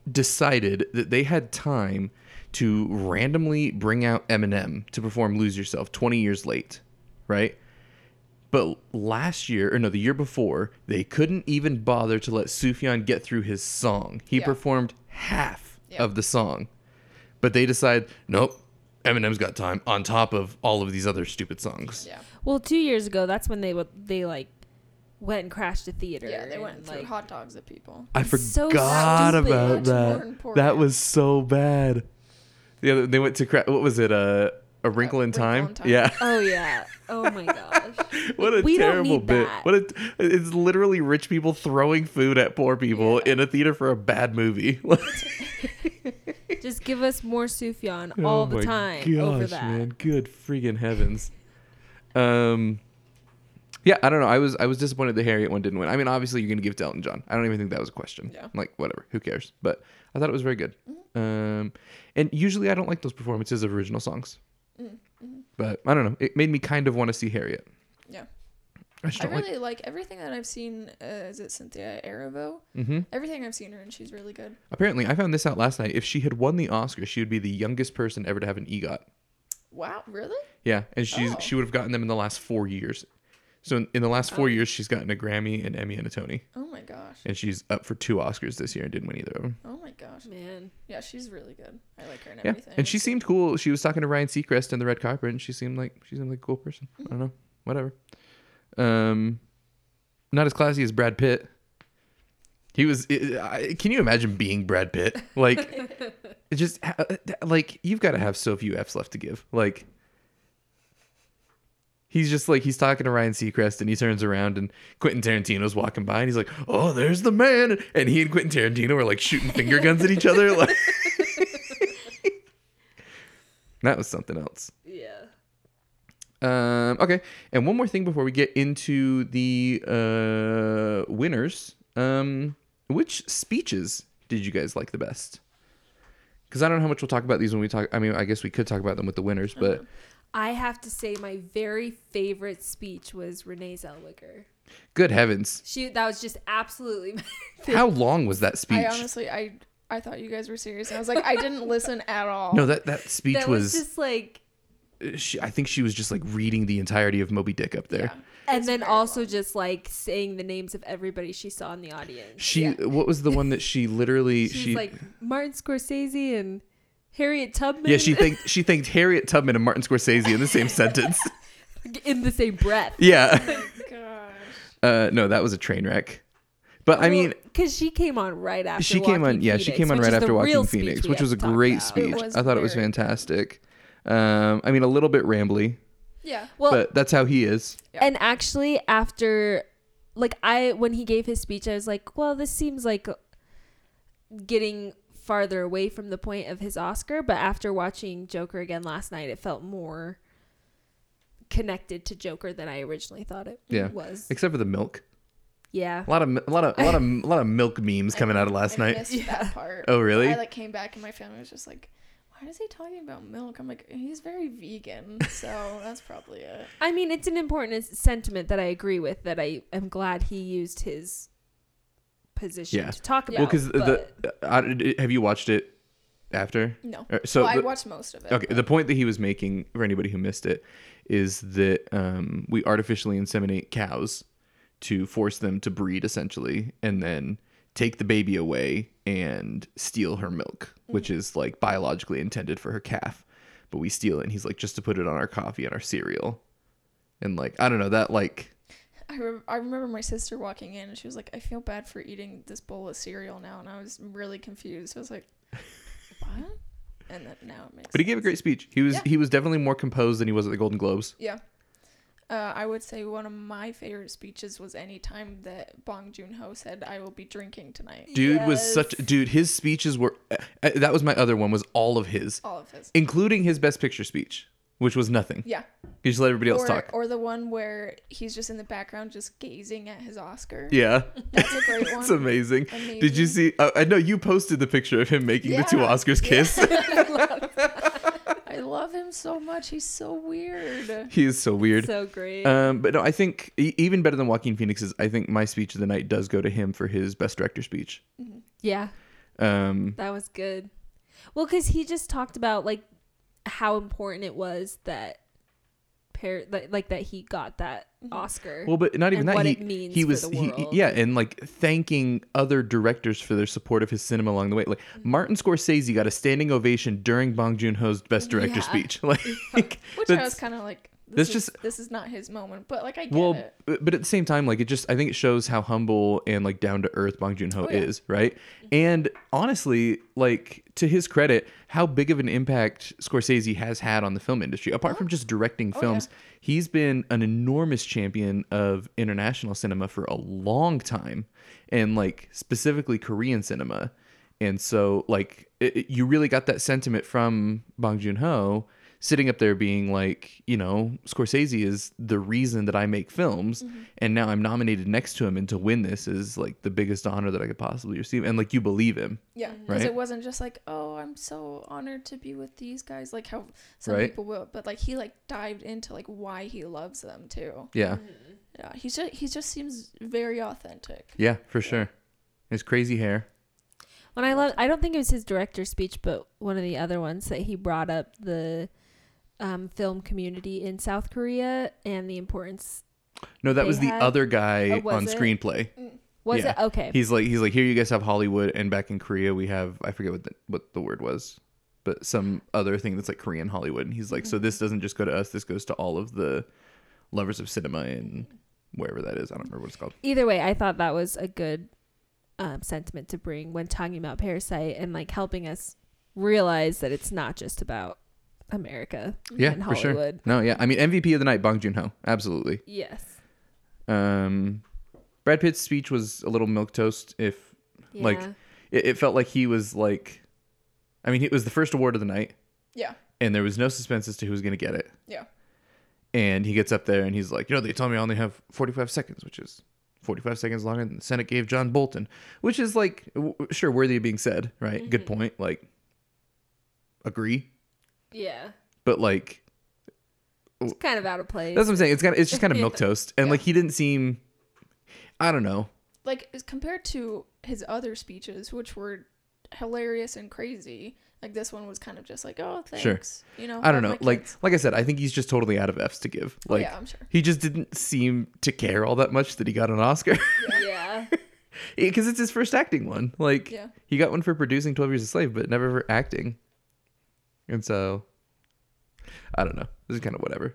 S3: decided that they had time to randomly bring out Eminem to perform "Lose Yourself" 20 years late, right? But last year, or no, the year before, they couldn't even bother to let Sufjan get through his song. He
S2: Yeah.
S3: performed half
S2: Yeah.
S3: of the song. But they decide, nope, Eminem's got time on top of all of these other stupid songs.
S2: Yeah.
S1: Well, two years ago, that's when they w- they like went and crashed a theater.
S2: Yeah, they went
S1: and,
S2: and threw
S1: like-
S2: hot dogs at people.
S3: I
S1: It's so
S3: forgot
S1: stupid.
S3: about
S2: Much more
S3: that.
S2: important.
S3: That was so bad. The other, they went to cra- what was it? Uh, a wrinkle in
S2: Wrinkle
S3: time.
S2: in Time.
S3: Yeah.
S1: Oh yeah. Oh my gosh.
S3: what a
S1: We don't
S3: terrible
S1: need
S3: bit.
S1: that.
S3: What a, it's literally rich people throwing food at poor people in a theater for a bad movie.
S1: Just give us more Sufjan
S3: Oh
S2: Oh
S1: all the time over that.
S3: Good freaking heavens. um. Yeah, I don't know. I was I was disappointed the Harriet one didn't win. I mean, obviously you're gonna give it to Elton John. I don't even think that was a question.
S2: Yeah.
S3: Like whatever, who cares? But I thought it was very good. Um, and usually I don't like those performances of original songs.
S2: Mm,
S3: But I don't know. It made me kind of want to see Harriet.
S2: mm-hmm. Yeah.
S3: I just
S2: I
S3: don't
S2: really like everything that I've seen. Uh, is it Cynthia Erivo?
S3: like. hmm
S2: Everything I've seen her and she's really good.
S3: Apparently, I found this out last night. If she had won the Oscar, she would be the youngest person ever to have an EGOT.
S2: Wow, really?
S3: Yeah, and she's
S2: Oh.
S3: she would have gotten them in the last four years. So in, in the last four years, she's gotten a Grammy, an Emmy, and a Tony,
S2: Oh my gosh.
S3: and she's up for two Oscars this year and didn't win either of them.
S2: Oh my gosh.
S1: Man.
S2: Yeah, she's really good. I like her and
S3: Yeah,
S2: everything.
S3: and she seemed cool. She was talking to Ryan Seacrest in the red carpet, and she seemed like she seemed like a cool person. I don't know, whatever. Um, not as classy as Brad Pitt. He was. I, I- can you imagine being Brad Pitt? Like, it just uh, like you've got to have so few F's left to give. Like, he's just like he's talking to Ryan Seacrest, and he turns around, and Quentin Tarantino's walking by, and he's like, "Oh, there's the man," and he and Quentin Tarantino are like shooting finger guns at each other. Like, that was something else.
S1: Yeah.
S3: Um, okay, and one more thing before we get into the uh, winners. Um, which speeches did you guys like the best? Because I don't know how much we'll talk about these when we talk. I mean, I guess we could talk about them with the winners, but
S1: I have to say, my very favorite speech was Renee Zellweger.
S3: good heavens,
S1: She that was just absolutely my favorite.
S3: how long was that speech?
S2: I honestly, I I thought you guys were serious. I was like, I didn't listen at all.
S3: no, that that speech
S1: that was,
S3: was uh,
S1: just like
S3: she, I think she was just like reading the entirety of Moby Dick up there.
S2: Yeah.
S1: and
S2: It's
S1: then
S2: very
S1: also
S2: long.
S1: just like saying the names of everybody she saw in the audience.
S3: She
S2: Yeah.
S3: what was the one that she literally
S1: She's
S3: she
S1: like Martin Scorsese and Harriet Tubman.
S3: yeah she thanked she thanked Harriet Tubman and Martin Scorsese in the same sentence.
S1: in the same breath.
S3: Yeah,
S2: Gosh.
S3: uh, no, that was a train wreck. But I mean,
S1: because she came on right after
S3: she came on
S1: Walking
S3: yeah she
S1: Phoenix,
S3: came on
S1: which
S3: right
S1: is the
S3: after
S1: real
S3: Walking
S1: speech
S3: Phoenix,
S1: we
S3: which
S1: have
S3: was a
S1: to talk
S3: great
S1: about.
S3: speech.
S2: was
S3: I thought it was
S2: very good.
S3: fantastic. Um, I mean, a little bit rambly,
S2: Yeah.
S1: Well,
S3: but that's how he is.
S2: Yeah.
S1: and actually after like i when he gave his speech i was like well this seems like getting farther away from the point of his oscar but after watching joker again last night it felt more connected to joker than i originally thought it
S3: Yeah.
S1: was
S3: Except for the milk.
S1: yeah
S3: A lot of a lot of a lot of a lot of milk memes coming out of last
S2: I
S3: night.
S2: missed that part.
S3: Oh really?
S2: I like came back and my family was just like, "Why is he talking about milk?" I'm like, "He's very vegan, so that's probably it."
S1: i mean it's an important s- sentiment that i agree with that i am glad he used his position
S3: Yeah.
S1: to talk about
S3: well, because the uh,
S1: but-
S3: I, have you watched it after?
S2: No.
S3: Uh, So
S2: well, I
S3: the-
S2: watched most of it.
S3: Okay, the point that he was making for anybody who missed it is that um, we artificially inseminate cows to force them to breed, essentially, and then take the baby away and steal her milk, which is like biologically intended for her calf, but we steal it. And he's like, just to put it on our coffee and our cereal, and like I don't know that like
S2: I, re- I remember my sister walking in and she was like, I feel bad for eating this bowl of cereal now. And I was really confused. I was like, what? And then now it makes
S3: But he gave a
S2: sense.
S3: great speech. He was
S2: Yeah.
S3: he was definitely more composed than he was at the Golden Globes.
S2: Yeah. Uh, I would say one of my favorite speeches was any time that Bong Joon Ho said, I will be drinking tonight.
S3: Dude was
S1: Yes.
S3: such dude. His speeches were uh, uh, that was my other one was all of his,
S2: All of his.
S3: including his Best Picture speech, which was nothing.
S2: Yeah.
S3: He just let everybody else
S2: or,
S3: talk.
S2: or the one where he's just in the background just gazing at his Oscar.
S3: yeah,
S2: That's a great one.
S3: it's amazing.
S2: Amazing.
S3: Did you see? Uh, I know you posted the picture of him making the two
S2: Yeah.
S3: Oscars kiss.
S2: I love him so much. He's so weird.
S3: he is so weird.
S1: so great
S3: um, but no, I think e- even better than Joaquin Phoenix's. I think my speech of the night does go to him for his Best Director speech.
S2: Mm-hmm.
S1: yeah
S3: Um,
S1: That was good. Well, because he just talked about like how important it was that pair, like, like that he got that Oscar.
S3: Well, but not even
S1: and
S3: that.
S1: what
S3: he,
S1: it means
S3: he
S1: for
S3: was
S1: the
S3: he-
S1: world.
S3: yeah, and like thanking other directors for their support of his cinema along the way. Like
S1: Mm-hmm.
S3: Martin Scorsese got a standing ovation during Bong Joon Ho's Best Director
S1: Yeah.
S3: speech. Like,
S2: Which I
S3: that's-
S2: was kind of like, this,
S3: that's
S2: is,
S3: just-
S2: this is not his moment, but like I get
S3: well,
S2: it.
S3: b- but at the same time, like it just I think it shows how humble and like down to earth Bong Joon Ho
S2: Oh, yeah.
S3: is, right? And honestly, like to his credit, how big of an impact Scorsese has had on the film industry, apart from just directing
S1: Oh,
S2: yeah.
S3: films, he's been an enormous champion of international cinema for a long time, and like specifically Korean cinema. And so, like, it, it- you really got that sentiment from Bong Joon Ho sitting up there being like, you know, Scorsese is the reason that I make films.
S1: Mm-hmm.
S3: And now I'm nominated next to him. And to win this is like the biggest honor that I could possibly receive. And like, you believe him.
S2: Yeah, because
S3: Right?
S2: it wasn't just like, oh, I'm so honored to be with these guys, like how some
S3: Right.
S2: people will, but like he like dived into like why he loves them too.
S1: Mm.
S3: Yeah.
S2: Yeah, he's just he just seems very authentic.
S3: Yeah, for sure. His crazy hair.
S1: when I love, I don't think it was his director speech, but one of the other ones that he brought up the um, film community in South Korea and the importance.
S3: No, that
S1: They
S3: was the
S1: had-
S3: other guy
S1: Oh, was
S3: on
S1: it?
S3: screenplay.
S1: Was
S3: Yeah.
S1: it okay?
S3: He's like, he's like, here you guys have Hollywood, and back in Korea we have I forget what the, what the word was, but some other thing that's like Korean Hollywood. And he's like, so this doesn't just go to us; this goes to all of the lovers of cinema and wherever that is. I don't remember what it's called.
S1: Either way, I thought that was a good um, sentiment to bring when talking about Parasite and like helping us realize that it's not just about America
S3: Yeah,
S1: and
S3: for sure.
S1: Mm-hmm. Hollywood.
S3: No, yeah, I mean MVP of the night, Bong Joon Ho, absolutely.
S1: Yes.
S3: Um, Brad Pitt's speech was a little milk toast. If Like,
S1: Yeah.
S3: it, it felt like he was like, I mean, it was the first award of the night,
S2: Yeah,
S3: and there was no suspense as to who was going to get it.
S2: yeah,
S3: And he gets up there and he's like, you know, they told me I only have 45 seconds, which is 45 seconds longer than the Senate gave John Bolton, which is like, w- w- sure, worthy of being said, right? Good
S2: Mm-hmm.
S3: point. Like, agree.
S1: yeah.
S3: But like,
S1: It's kind of out of place.
S3: that's what I'm saying. It's kind of, it's just kind of
S1: Yeah.
S3: milk toast. And like, he didn't seem, I don't know.
S2: like as compared to his other speeches, which were hilarious and crazy, Like this one was kind of just like, oh,
S3: Sure.
S2: thanks. You know,
S3: I don't
S2: love my
S3: know. Like
S2: kids.
S3: like I said, I think he's just totally out of F's to give.
S2: Oh,
S3: Like
S2: yeah, I'm sure.
S3: he just didn't seem to care all that much that he got an Oscar
S1: yeah.
S3: because it's his first acting one. Like
S2: Yeah.
S3: he got one for producing Twelve Years a Slave, but never for acting. And so, I don't know. This is kind of whatever.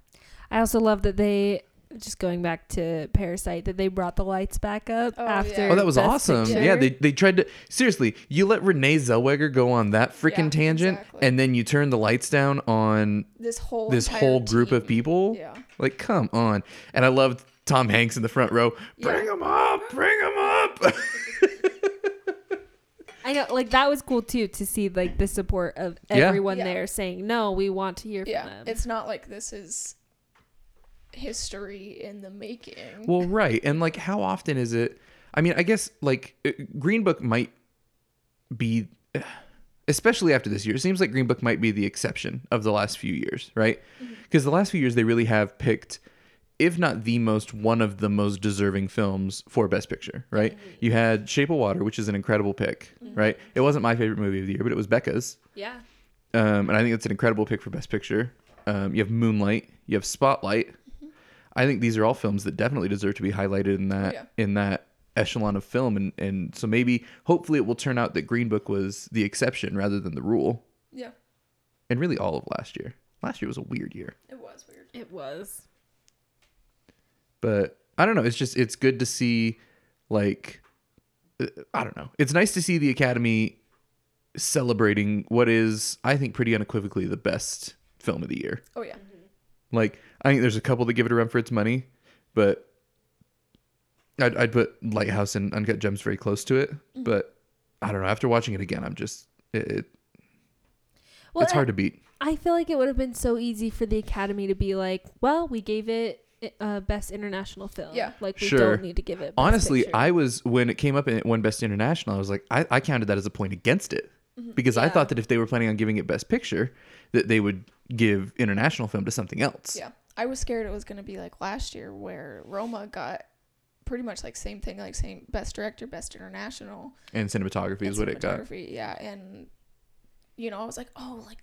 S1: I also love that they just going back to Parasite that they brought the lights back up
S2: Oh,
S1: after.
S2: yeah.
S3: Oh, that was
S1: Best
S3: awesome.
S1: Picture.
S3: Yeah, they, they tried to seriously, you let Renee Zellweger go on that freaking
S2: Yeah,
S3: tangent
S2: exactly.
S3: and then you turn the lights down on
S2: This whole
S3: this
S2: entire
S3: whole group of
S2: team.
S3: people.
S2: Yeah.
S3: Like, come on. And I loved Tom Hanks in the front row.
S2: Yeah.
S3: Bring him up, bring him up.
S1: I know, like that was cool too to see like the support of
S3: Yeah.
S1: everyone
S2: Yeah.
S1: there saying, "No, we want to hear
S2: Yeah.
S1: from them."
S2: It's not like this is history in the making.
S3: well, right. And like how often is it I mean, I guess like uh, Green Book might be especially after this year. It seems like Green Book might be the exception of the last few years, right? Because the last few years they really have picked if not the most, one of the most deserving films for Best Picture, right? You had Shape of Water, which is an incredible pick, right? It wasn't my favorite movie of the year, but it was Becca's.
S1: yeah.
S3: Um, and I think that's an incredible pick for Best Picture. Um, you have Moonlight, you have Spotlight. I think these are all films that definitely deserve to be highlighted in that
S2: Yeah.
S3: in that echelon of film, and and so maybe hopefully it will turn out that Green Book was the exception rather than the rule,
S2: yeah.
S3: and really all of last year. Last year was a weird year,
S2: It was weird.
S1: It was.
S3: but I don't know. It's just it's good to see, like, uh, I don't know. It's nice to see the Academy celebrating what is I think pretty unequivocally the best film of the year.
S2: Oh yeah.
S3: Like I think there's a couple that give it a run for its money, but I'd, I'd put Lighthouse and Uncut Gems very close to it.
S1: Mm.
S3: But I don't know. After watching it again, I'm just it, it,
S1: Well,
S3: it's hard to beat.
S1: I feel like it would have been so easy for the Academy to be like, "Well, we gave it uh, best international film.
S2: Yeah.
S1: like we
S3: Sure.
S1: don't need to give it." Best
S3: Honestly,
S1: Picture."
S3: I was when it came up and it won Best International, I was like, I, I counted that as a point against it because I
S1: Mm-hmm. Yeah.
S3: thought that if they were planning on giving it Best Picture, that they would give international film to something else.
S2: Yeah. I was scared it was gonna be like last year where Roma got pretty much like same thing, like same best director, best international.
S3: And cinematography is
S2: and
S3: what it got.
S2: cinematography, Yeah, and you know, I was like, oh, like,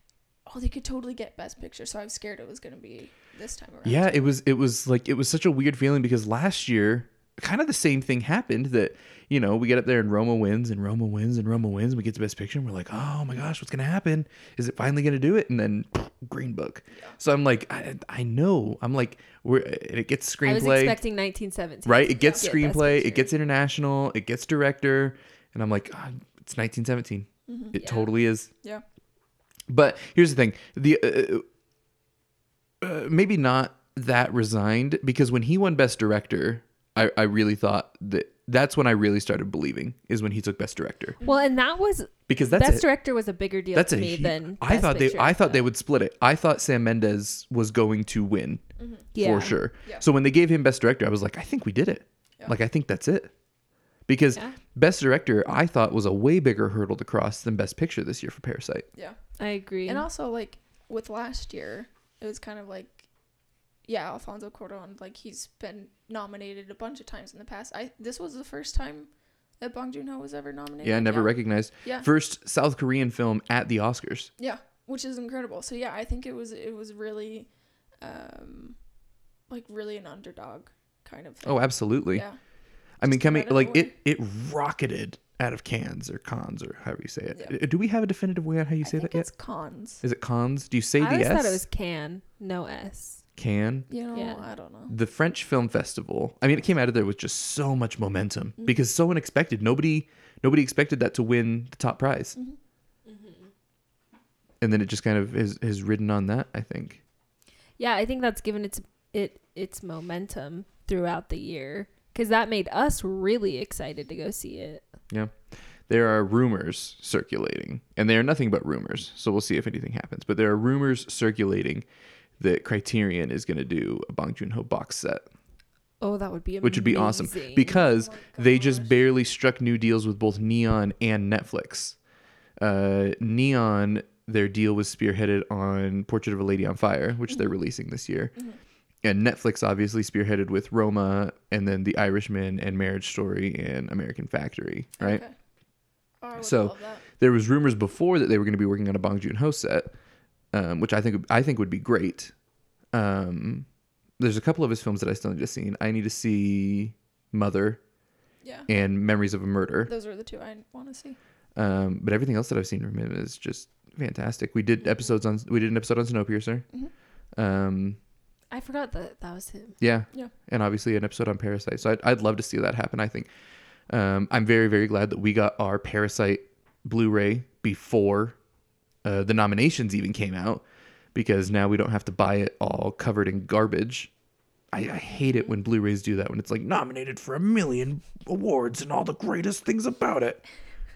S2: oh, they could totally get Best Picture. So I was scared it was gonna be this time around.
S3: Yeah, it was it was like it was such a weird feeling because last year kind of the same thing happened that you know we get up there and Roma wins and Roma wins and Roma wins and we get the best picture and we're like oh my gosh what's gonna happen is it finally gonna do it and then Green Book so I'm like I, I know I'm like we're it
S1: I
S3: gets
S1: was
S3: screenplay
S1: expecting 1917.
S3: right it gets
S1: Yeah, Best
S3: screenplay
S1: Picture.
S3: it gets international it gets director and I'm like "Ah, it's 1917 it
S1: Mm-hmm. Yeah.
S3: totally is
S2: Yeah.
S3: but here's the thing: the uh, uh, maybe not that resigned because when he won Best Director, I, I really thought that that's when I really started believing is when he took Best Director
S1: Well, and that was
S3: because that's
S1: best
S3: a,
S1: director was a bigger deal
S3: that's
S1: to
S3: a
S1: me
S3: hu-
S1: than
S3: I
S1: Best
S3: thought
S1: Picture.
S3: they I thought they would split it. I thought Sam Mendes was going to win
S1: Yeah.
S3: for sure.
S2: Yeah.
S3: So when they gave him Best Director, I was like, I think we did it.
S2: Yeah.
S3: Like I think that's it. Because
S1: Yeah.
S3: Best Director, I thought was a way bigger hurdle to cross than Best Picture this year for Parasite.
S2: Yeah.
S1: I agree.
S2: And also like with last year, it was kind of like, yeah, Alfonso Cuarón, like he's been nominated a bunch of times in the past. I this was the first time that Bong Joon Ho was ever nominated.
S3: Yeah, never
S2: yeah.
S3: recognized.
S2: Yeah.
S3: First South Korean film at the Oscars.
S2: Yeah, which is incredible. So yeah, I think it was it was really, um, like really an underdog kind of. Thing.
S3: Oh, absolutely.
S2: yeah.
S3: I mean,
S2: just came
S3: coming
S2: out of
S3: like it
S2: nowhere.
S3: it rocketed out of Cannes or cons or however you say it.
S2: Yeah.
S3: Uh, Do we have a definitive way on how you
S2: I
S3: say
S2: think
S3: that yet?
S2: it's cons.
S3: Is it cons? Do you say
S1: I
S3: the
S1: always
S3: S?
S1: thought it was can, no s.
S3: Can.
S2: You know,
S1: Yeah.
S2: I don't know.
S3: The French Film Festival. I mean, it came out of there with just so much momentum
S2: Mm-hmm.
S3: because so unexpected. Nobody nobody expected that to win the top prize.
S2: Mm-hmm.
S3: And then it just kind of has, has ridden on that, I think.
S1: Yeah, I think that's given its it its momentum throughout the year because that made us really excited to go see it.
S3: Yeah. There are rumors circulating, and they are nothing but rumors. So we'll see if anything happens. But there are rumors circulating that Criterion is going to do a Bong Joon Ho box set,
S1: Oh, that would be amazing.
S3: which would be awesome because
S2: Oh my
S3: they just
S2: gosh.
S3: barely struck new deals with both Neon and Netflix. Uh, Neon, their deal was spearheaded on Portrait of a Lady on Fire, which they're
S2: Mm-hmm.
S3: releasing this year. And Netflix obviously spearheaded with Roma and then The Irishman and Marriage Story and American Factory, right?
S2: Okay. Oh, I would
S3: So,
S2: love that.
S3: There was rumors before that they were going to be working on a Bong Joon Ho set, um, which I think I think would be great. Um, there's a couple of his films that I still need to see. I need to see Mother
S2: Yeah.
S3: and Memories of a Murder.
S2: Those are the two I want to see.
S3: Um, but everything else that I've seen from him is just fantastic. We did episodes on we did an episode on Snowpiercer.
S2: Mhm.
S3: Um,
S1: I forgot that that was him.
S3: yeah.
S2: Yeah.
S3: And obviously an episode on Parasite. So I'd, I'd love to see that happen. I think um, I'm very very glad that we got our Parasite Blu-ray before uh, the nominations even came out because now we don't have to buy it all covered in garbage. I, I hate it when Blu-rays do that when it's like nominated for a million awards and all the greatest things about it.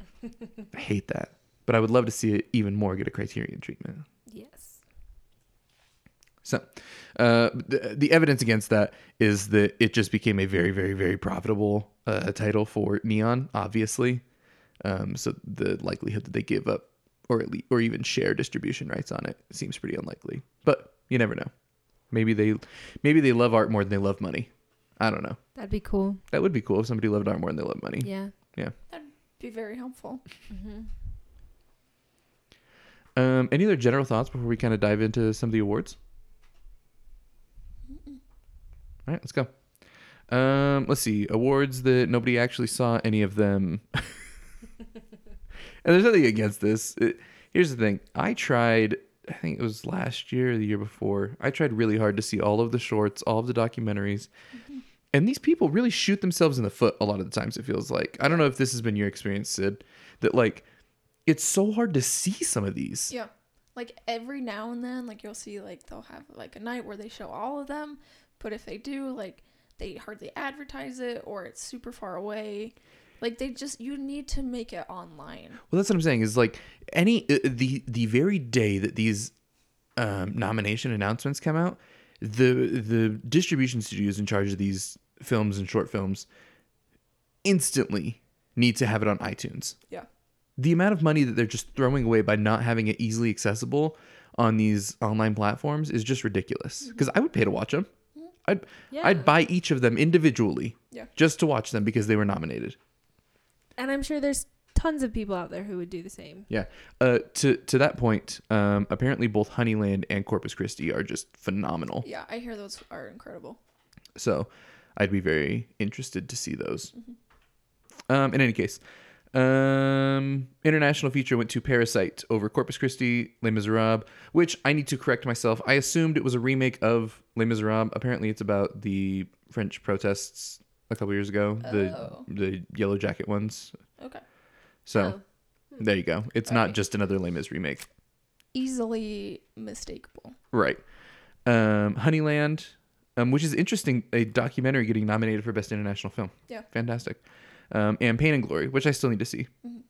S3: I hate that. But I would love to see it even more get a criterion treatment.
S1: Yes.
S3: So, uh, the, the evidence against that is that it just became a very, very, very profitable uh, title for Neon, obviously. Um, so the likelihood that they give up or at least, or even share distribution rights on it seems pretty unlikely. But you never know. Maybe they maybe they love art more than they love money. I don't know.
S1: That'd be cool.
S3: That would be cool if somebody loved art more than they love money.
S1: Yeah.
S2: Be very helpful.
S1: Mm-hmm.
S3: Um, any other general thoughts before we kind of dive into some of the awards? All right, let's go. Um, let's see awards that nobody actually saw any of them. and there's nothing against this. It- here's the thing: I tried. I think it was last year, or the year before. I tried really hard to see all of the shorts, all of the documentaries, and these people really shoot themselves in the foot a lot of the times. It feels like I don't know if this has been your experience, Sid, that like it's so hard to see some of these.
S2: Yeah. Like every now and then, like you'll see, like they'll have like a night where they show all of them, but if they do, like they hardly advertise it or it's super far away. Like they just, you need to make it online.
S3: Well, that's what I'm saying. Is like any uh, the the very day that these um, nomination announcements come out, the the distribution studios in charge of these films and short films instantly need to have it on iTunes.
S2: Yeah.
S3: The amount of money that they're just throwing away by not having it easily accessible on these online platforms is just ridiculous. Because I would pay to watch them. I'd
S1: Yeah.
S3: I'd buy each of them individually.
S2: Yeah.
S3: Just to watch them because they were nominated.
S1: And I'm sure there's tons of people out there who would do the same.
S3: Yeah. Uh, to to that point, um, apparently both Honeyland and Corpus Christi are just phenomenal.
S2: Yeah, I hear those are incredible.
S3: So, I'd be very interested to see those. Um, in any case, um, international feature went to Parasite over Corpus Christi, Les Miserables, which I need to correct myself. I assumed it was a remake of Les Miserables. Apparently, it's about the French protests a couple years ago,
S2: Oh.
S3: the the yellow jacket ones.
S2: Okay.
S1: Oh.
S3: So there you go. It's not
S2: Alright.
S3: just another Les Mis remake.
S2: Easily mistakable.
S3: Right. Um, Honeyland, um, which is interesting, a documentary getting nominated for Best International Film.
S2: Yeah.
S3: Fantastic. Um, and Pain and Glory, which I still need to see.
S2: Mhm.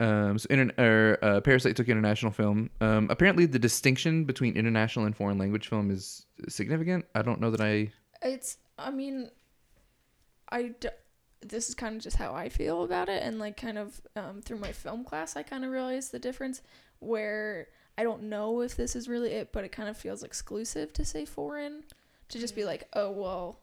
S3: Um, so, inter- er, uh, Parasite took international film. Um, apparently, the distinction between international and foreign language film is significant. I don't know that I.
S2: It's, I mean, I, d- this is kind of just how I feel about it. And like, kind of um, through my film class, I kind of realized the difference where I don't know if this is really it, but it kind of feels exclusive to say foreign, to just be like, oh, well,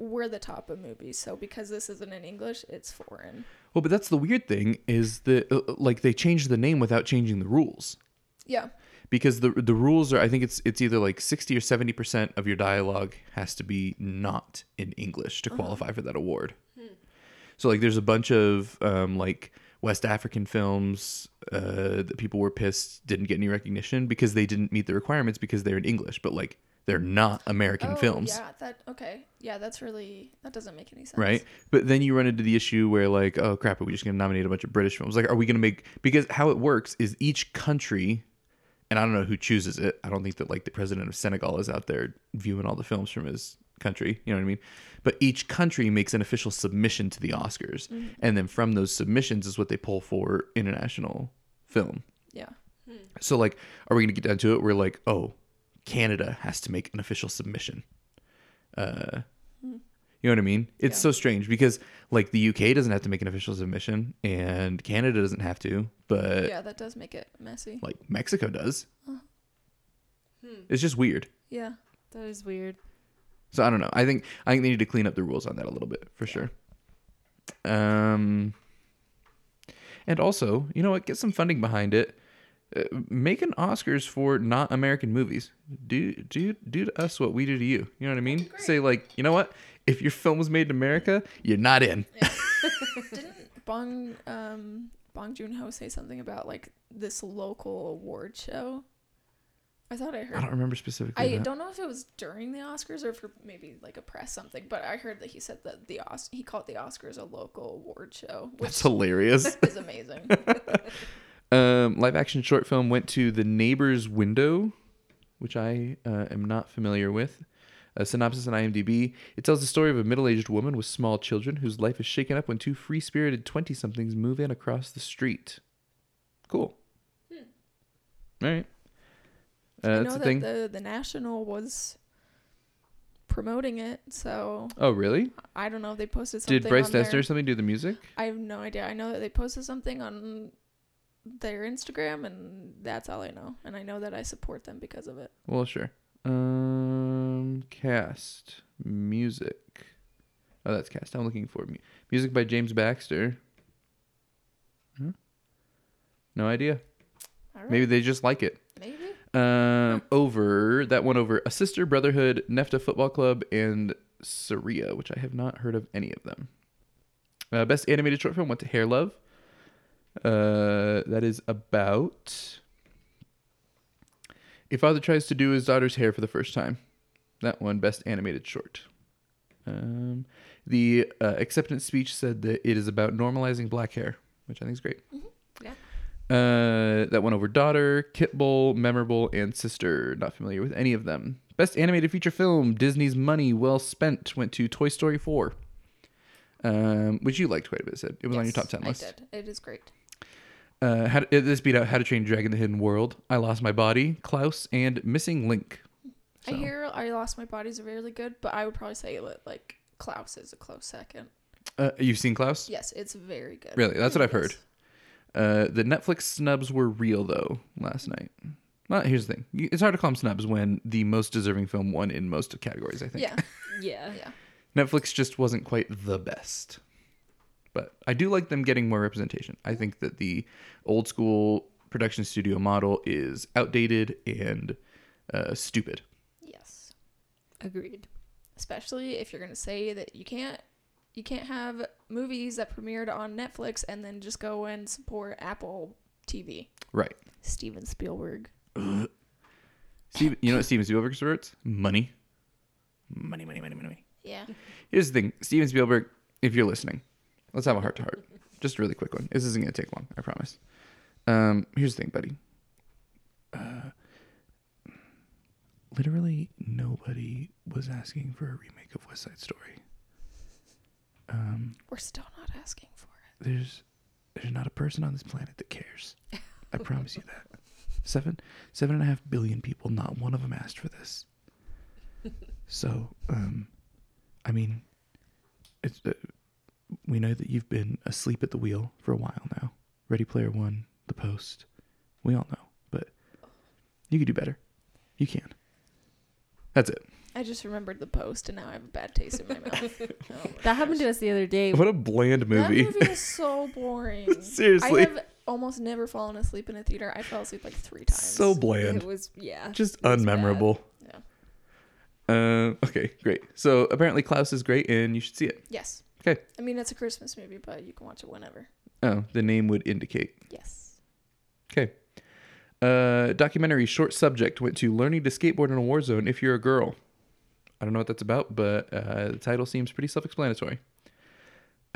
S2: we're the top of movies. So because this isn't in English, it's foreign.
S3: Well, but that's the weird thing is that uh, uh, like they changed the name without changing the rules.
S2: Yeah.
S3: because the the rules are I think it's it's either like 60 or 70% of your dialogue has to be not in English to
S2: Uh-huh.
S3: qualify for that award.
S2: Hmm.
S3: So like there's a bunch of um like West African films uh that people were pissed didn't get any recognition because they didn't meet the requirements because they're in English, but like they're not American
S2: oh,
S3: films.
S2: Yeah. That, okay. Yeah. That's really, that doesn't make any sense.
S3: Right. But then you run into the issue where like, oh crap, are we just gonna nominate a bunch of British films? Like, are we gonna make because how it works is each country and I don't know who chooses it. I don't think that like the president of Senegal is out there viewing all the films from his country. You know what I mean? But each country makes an official submission to the Oscars. And then from those submissions is what they pull for international film.
S2: Yeah.
S3: So like, are we gonna get down to it? We're like, oh, Canada has to make an official submission. Uh, you know what I mean? It's
S2: Yeah.
S3: so strange because like the UK doesn't have to make an official submission and Canada doesn't have to, but
S2: yeah, that does make it messy.
S3: like Mexico does.
S1: Hmm.
S3: It's just weird.
S2: Yeah.
S1: That is weird.
S3: So I don't know. I think I think they need to clean up the rules on that a little bit for sure. Um, And also, you know what? Get some funding behind it. Uh, make an Oscars for not American movies. Do do do to us what we do to you. You know what I mean? Say like, you know what? If your film was made in America, you're not in.
S2: Didn't Bong um Bong Joon Ho say something about like this local award show? I thought I
S3: I
S2: heard.
S3: don't remember specifically.
S2: I
S3: that.
S2: don't know if it was during the Oscars or for maybe like a press something, but I heard that he said that the Os- he called the Oscars a local award show,
S3: That's Uh,
S2: which
S3: hilarious.
S2: is amazing.
S3: um, live action short film went to The Neighbor's Window, which I uh, am not familiar with. A synopsis on IMDb. It tells the story of a middle aged woman with small children whose life is shaken up when two free spirited 20 somethings move in across the street. Cool. All right.
S2: Hmm. I
S3: Uh,
S2: know
S3: that's the
S2: that
S3: thing.
S2: the the National was promoting it, so
S3: oh, really?
S2: I don't know if they posted something.
S3: Did Bryce
S2: on their-
S3: Dessner or something do the music?
S2: I have no idea. I know that they posted something on their Instagram, and that's all I know. And I know that I support them because of it.
S3: Well, sure. Um, cast music. Oh, that's cast. I'm looking for mu- music by James Baxter. Hmm? No idea.
S2: All right.
S3: Maybe they just like it.
S2: Maybe.
S3: Um, over that one over a sister brotherhood, Nefta Football Club, and Saria, which I have not heard of any of them. Uh, best animated short film went to Hair Love. Uh, that is about a father tries to do his daughter's hair for the first time. That one, best animated short. Um, the uh, acceptance speech said that it is about normalizing black hair, which I think is great.
S2: Mm-hmm.
S1: Yeah.
S3: Uh, that went over daughter, Kitbull, memorable, and sister. Not familiar with any of them. Best animated feature film, Disney's money well spent, went to Toy Story 4, um, which you liked quite a bit. Sid. It was on your
S2: Yes,
S3: top 10 list.
S2: I did. It is great.
S3: Uh, how to, this beat out How to Train Your Dragon: The Hidden World, I Lost My Body, Klaus, and Missing Link.
S2: I
S3: So,
S2: hear I Lost My Body's really good, but I would probably say that like Klaus is a close second.
S3: uh, you've seen Klaus?
S2: Yes, it's very good.
S3: Really? That's what I've
S2: Yes.
S3: heard. Uh, the Netflix snubs were real though last night. Well, here's the thing: You- it's hard to call them snubs when the most deserving film won in most categories. I think
S2: Yeah, Oh,
S1: Yeah.
S2: yeah.
S3: Netflix just wasn't quite the best, but I do like them getting more representation. I think that the old school production studio model is outdated and uh, stupid.
S2: Yes.
S1: Agreed.
S2: especially if you're going to say that you can't you can't have movies that premiered on Netflix and then just go and support Apple TV.
S3: Right.
S2: Steven Spielberg.
S3: Steve, you know what Steven Spielberg supports? Money. Money, money, money, money, money.
S2: Yeah.
S3: Here's the thing Steven Spielberg, if you're listening, let's have a heart to heart. Just a really quick one. This isn't going to take long, I promise. Um, here's the thing, buddy. Uh, literally nobody was asking for a remake of West Side Story. Um,
S2: We're still not asking for it.
S3: there's there's not a person on this planet that cares. I promise you that. Seven seven and a half billion people, not one of them asked for this. So, um, I mean, it's uh, we know that you've been asleep at the wheel for a while now. Ready Player One, The Post, we all know, but you could do better. You can. That's it.
S2: I just remembered the post and now I have a bad taste in my mouth. Oh my
S1: That happened
S2: gosh.
S1: to us the other day.
S3: a bland
S2: That movie was so boring. I
S3: Seriously,
S2: have almost never fallen asleep in a theater. I fell asleep like three times.
S1: It was yeah.
S3: just
S1: It was bad.
S3: unmemorable.
S2: Yeah.
S3: Uh, okay, great. So apparently Klaus is great, and you should see it.
S2: Yes.
S3: Okay.
S2: I mean, it's a Christmas movie, but you can watch it whenever.
S3: Oh, the name would indicate.
S2: Yes.
S3: Okay. Uh, documentary short subject went to learning to skateboard in a war zone if you're a girl. I don't know what that's about, but uh, the title seems pretty self-explanatory.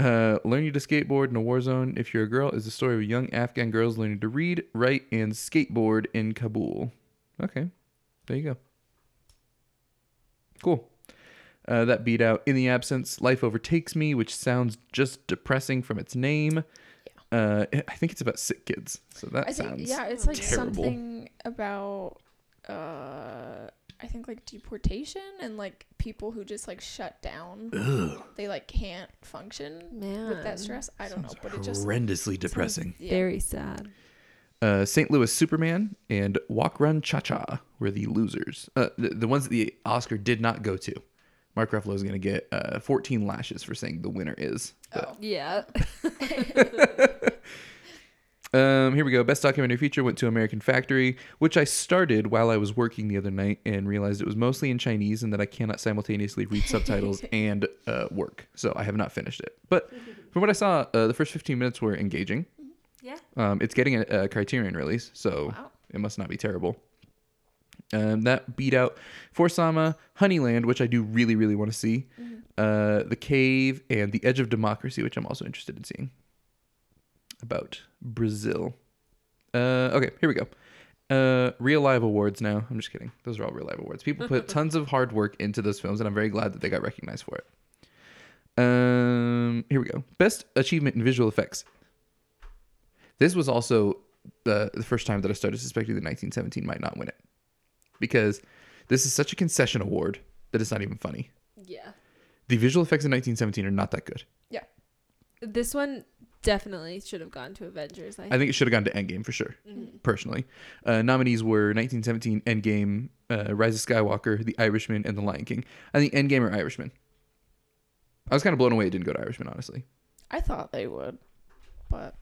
S3: Uh, learning to skateboard in a war zone if you're a girl is the story of young Afghan girls learning to read, write, and skateboard in Kabul. Okay, there you go. Cool. Uh, that beat out In the Absence, Life Overtakes Me, which sounds just depressing from its name. Uh, I think it's about sick kids, so that
S2: I
S3: sounds
S2: think yeah, it's like
S3: terrible.
S2: something about uh I think like deportation and like people who just like shut down. They like can't function
S1: Man.
S2: with that stress. I don't know, but it just
S3: horrendously depressing.
S2: yeah.
S1: Very sad.
S3: uh, St. Louis Superman and Walk Run Cha Cha were the losers. Uh, the, the ones that the Oscar did not go to. Mark Ruffalo is going to get uh, 14 lashes for saying the winner is.
S2: oh.
S1: Yeah.
S3: Um, here we go. Best documentary feature went to American Factory, which I started while I was working the other night and realized it was mostly in Chinese and that I cannot simultaneously read subtitles and uh, work. So I have not finished it. But from what I saw, uh, the first 15 minutes were engaging.
S1: Yeah.
S3: Um, it's getting a, a Criterion release, so
S2: Wow.
S3: it must not be terrible. Um, that beat out For Sama, Honeyland, which I do really, really want to see,
S2: Mm-hmm.
S3: uh, The Cave, and The Edge of Democracy, which I'm also interested in seeing about Brazil. Uh, okay, here we go. Uh, real live awards now. I'm just kidding. Those are all real live awards. People put tons of hard work into those films, and I'm very glad that they got recognized for it. Um, here we go. Best achievement in visual effects. This was also the, the first time that I started suspecting that 1917 might not win it because this is such a concession award that it's not even funny.
S1: Yeah.
S3: The visual effects in 1917 are not that good.
S1: This one definitely should have gone to Avengers. I, Mm-hmm.
S3: I think it should have gone to Endgame for sure,
S2: Mm-hmm.
S3: personally. Uh, nominees were 1917, Endgame, uh, Rise of Skywalker, The Irishman, and The Lion King. I think Endgame or Irishman. I was kind of blown away it didn't go to Irishman, honestly.
S2: I thought they would, but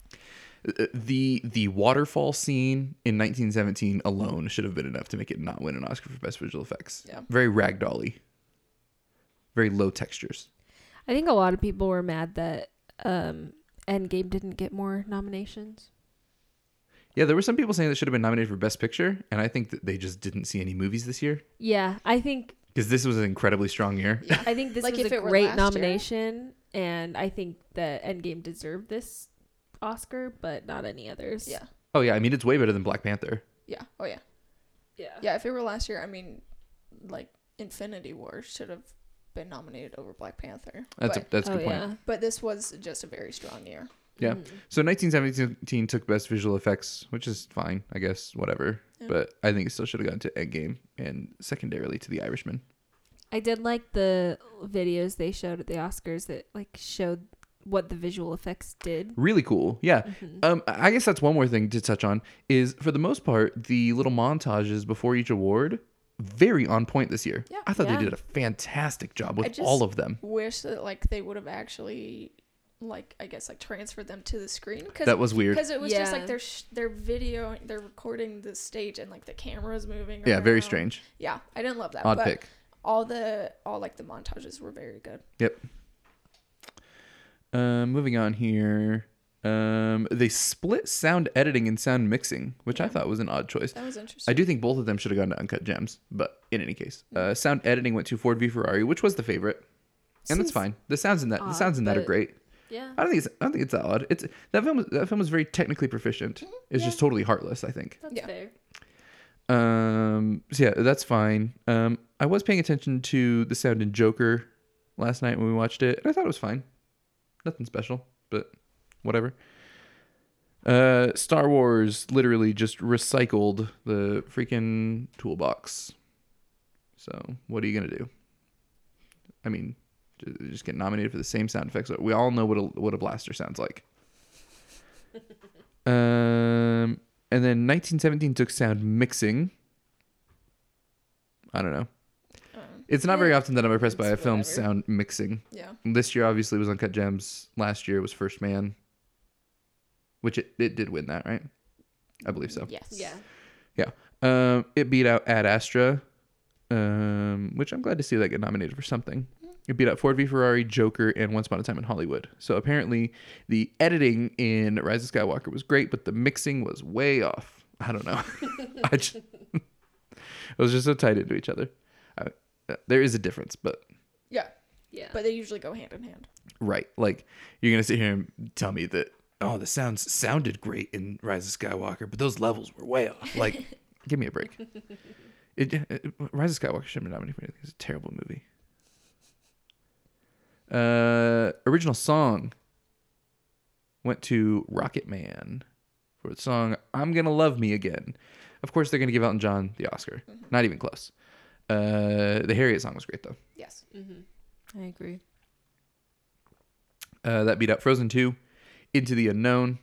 S3: Uh, The the waterfall scene in 1917 alone should have been enough to make it not win an Oscar for Best Visual Effects.
S2: Yeah.
S3: Very ragdolly. Very low textures.
S1: I think a lot of people were mad that um, Endgame didn't get more nominations.
S3: Yeah, there were some people saying that should have been nominated for Best Picture, and I think that they just didn't see any movies this year
S1: Yeah, I think
S3: because this was an incredibly strong year.
S1: I think this
S2: Like,
S1: was
S2: if
S1: a
S2: it were
S1: great
S2: last
S1: nomination, and I think that Endgame deserved this Oscar, but not any others.
S2: yeah,
S3: Oh yeah, I mean it's way better than Black Panther.
S2: yeah, oh yeah,
S1: yeah,
S2: yeah. If it were last year, I mean, like Infinity War should have been nominated over Black Panther.
S3: That's
S2: but,
S3: a, that's a
S1: oh
S3: good point.
S1: yeah.
S2: but this was just a very strong year.
S3: Yeah.
S2: Mm-hmm.
S1: Mhm.
S3: So 1917 took Best Visual Effects, which is fine, I guess, whatever.
S2: Yeah.
S3: But I think it still should have gone to Endgame and secondarily to The Irishman.
S1: I did like the videos they showed at the Oscars that like showed what the visual effects did.
S3: Really cool. Yeah.
S2: Mm-hmm.
S1: Mhm.
S3: Um, I guess that's one more thing to touch on is for the most part the little montages before each award very on point this year.
S2: Yeah.
S3: I thought
S1: Yeah.
S3: they did a fantastic job with
S2: I just-
S3: all of them.
S2: Wish that like they would have actually, like I guess like transferred them to the screen because
S3: That was weird.
S2: because it was just
S1: Yeah.
S2: like they're sh- they're video they're recording the stage and like the camera's moving.
S3: Yeah, very
S2: around.
S3: strange.
S2: Yeah, I didn't love that.
S3: Odd
S2: Uh, but
S3: pick.
S2: All the all like the montages were very good.
S3: Um, moving on here. Um, they split sound editing and sound mixing, which I
S2: Yeah.
S3: thought was an odd choice.
S2: That was
S3: I
S2: interesting.
S3: do think both of them should have gone to Uncut Gems, but in any case, uh,
S1: Mm.
S3: sound editing went to Ford v Ferrari, which was the favorite, and that's
S1: Seems
S3: fine. The sounds in that the
S1: odd,
S3: sounds in that are
S1: but-
S3: great.
S1: Yeah.
S3: I don't think it's I don't think it's that odd. It's that film was- that film was very technically proficient. It's
S1: Mm-hmm. yeah.
S3: just totally heartless. I think.
S1: That's
S2: Yeah.
S1: fair.
S3: Um, so yeah, that's fine. Um, I was paying attention to the sound in Joker last night when we watched it, and I thought it was fine. Nothing special, but whatever. Uh, Star Wars literally just recycled the freaking toolbox. So what are you gonna do? I mean, ju- just get nominated for the same sound effects. We all know what a what a blaster sounds like. um, and then 1917 took sound mixing. I don't know.
S2: Um,
S3: It's not very often that I'm impressed by
S2: It's
S3: a film's
S2: whatever.
S3: sound mixing.
S2: yeah.
S3: This year, obviously, was Uncut Gems. Last year was First Man, which it, it did win that, right? I believe so.
S2: Yes.
S1: Yeah.
S3: Um, it beat out Ad Astra, um, which I'm glad to see that get nominated for something. It beat out Ford v Ferrari, Joker, and Once Upon a Time in Hollywood. So apparently, the editing in Rise of Skywalker was great, but the mixing was way off. I don't know. I just, it was just so tied into each other. I, uh, there is a difference, but
S2: Yeah.
S1: Yeah.
S2: But they usually go hand in hand.
S3: right, like you're gonna sit here and tell me that oh, the sounds sounded great in Rise of Skywalker, but those levels were way off. Like, give me a break. It, it- Rise of Skywalker shouldn't be nominated for anything. It's a terrible movie. Uh, original song went to Rocket Man for the song "I'm Gonna Love Me Again." Of course, they're gonna give Elton John the Oscar. Not even close. Uh, the Harriet song was great though.
S2: Yes.
S1: Mm-hmm. I agree.
S3: Uh, that beat out Frozen 2, Into the Unknown.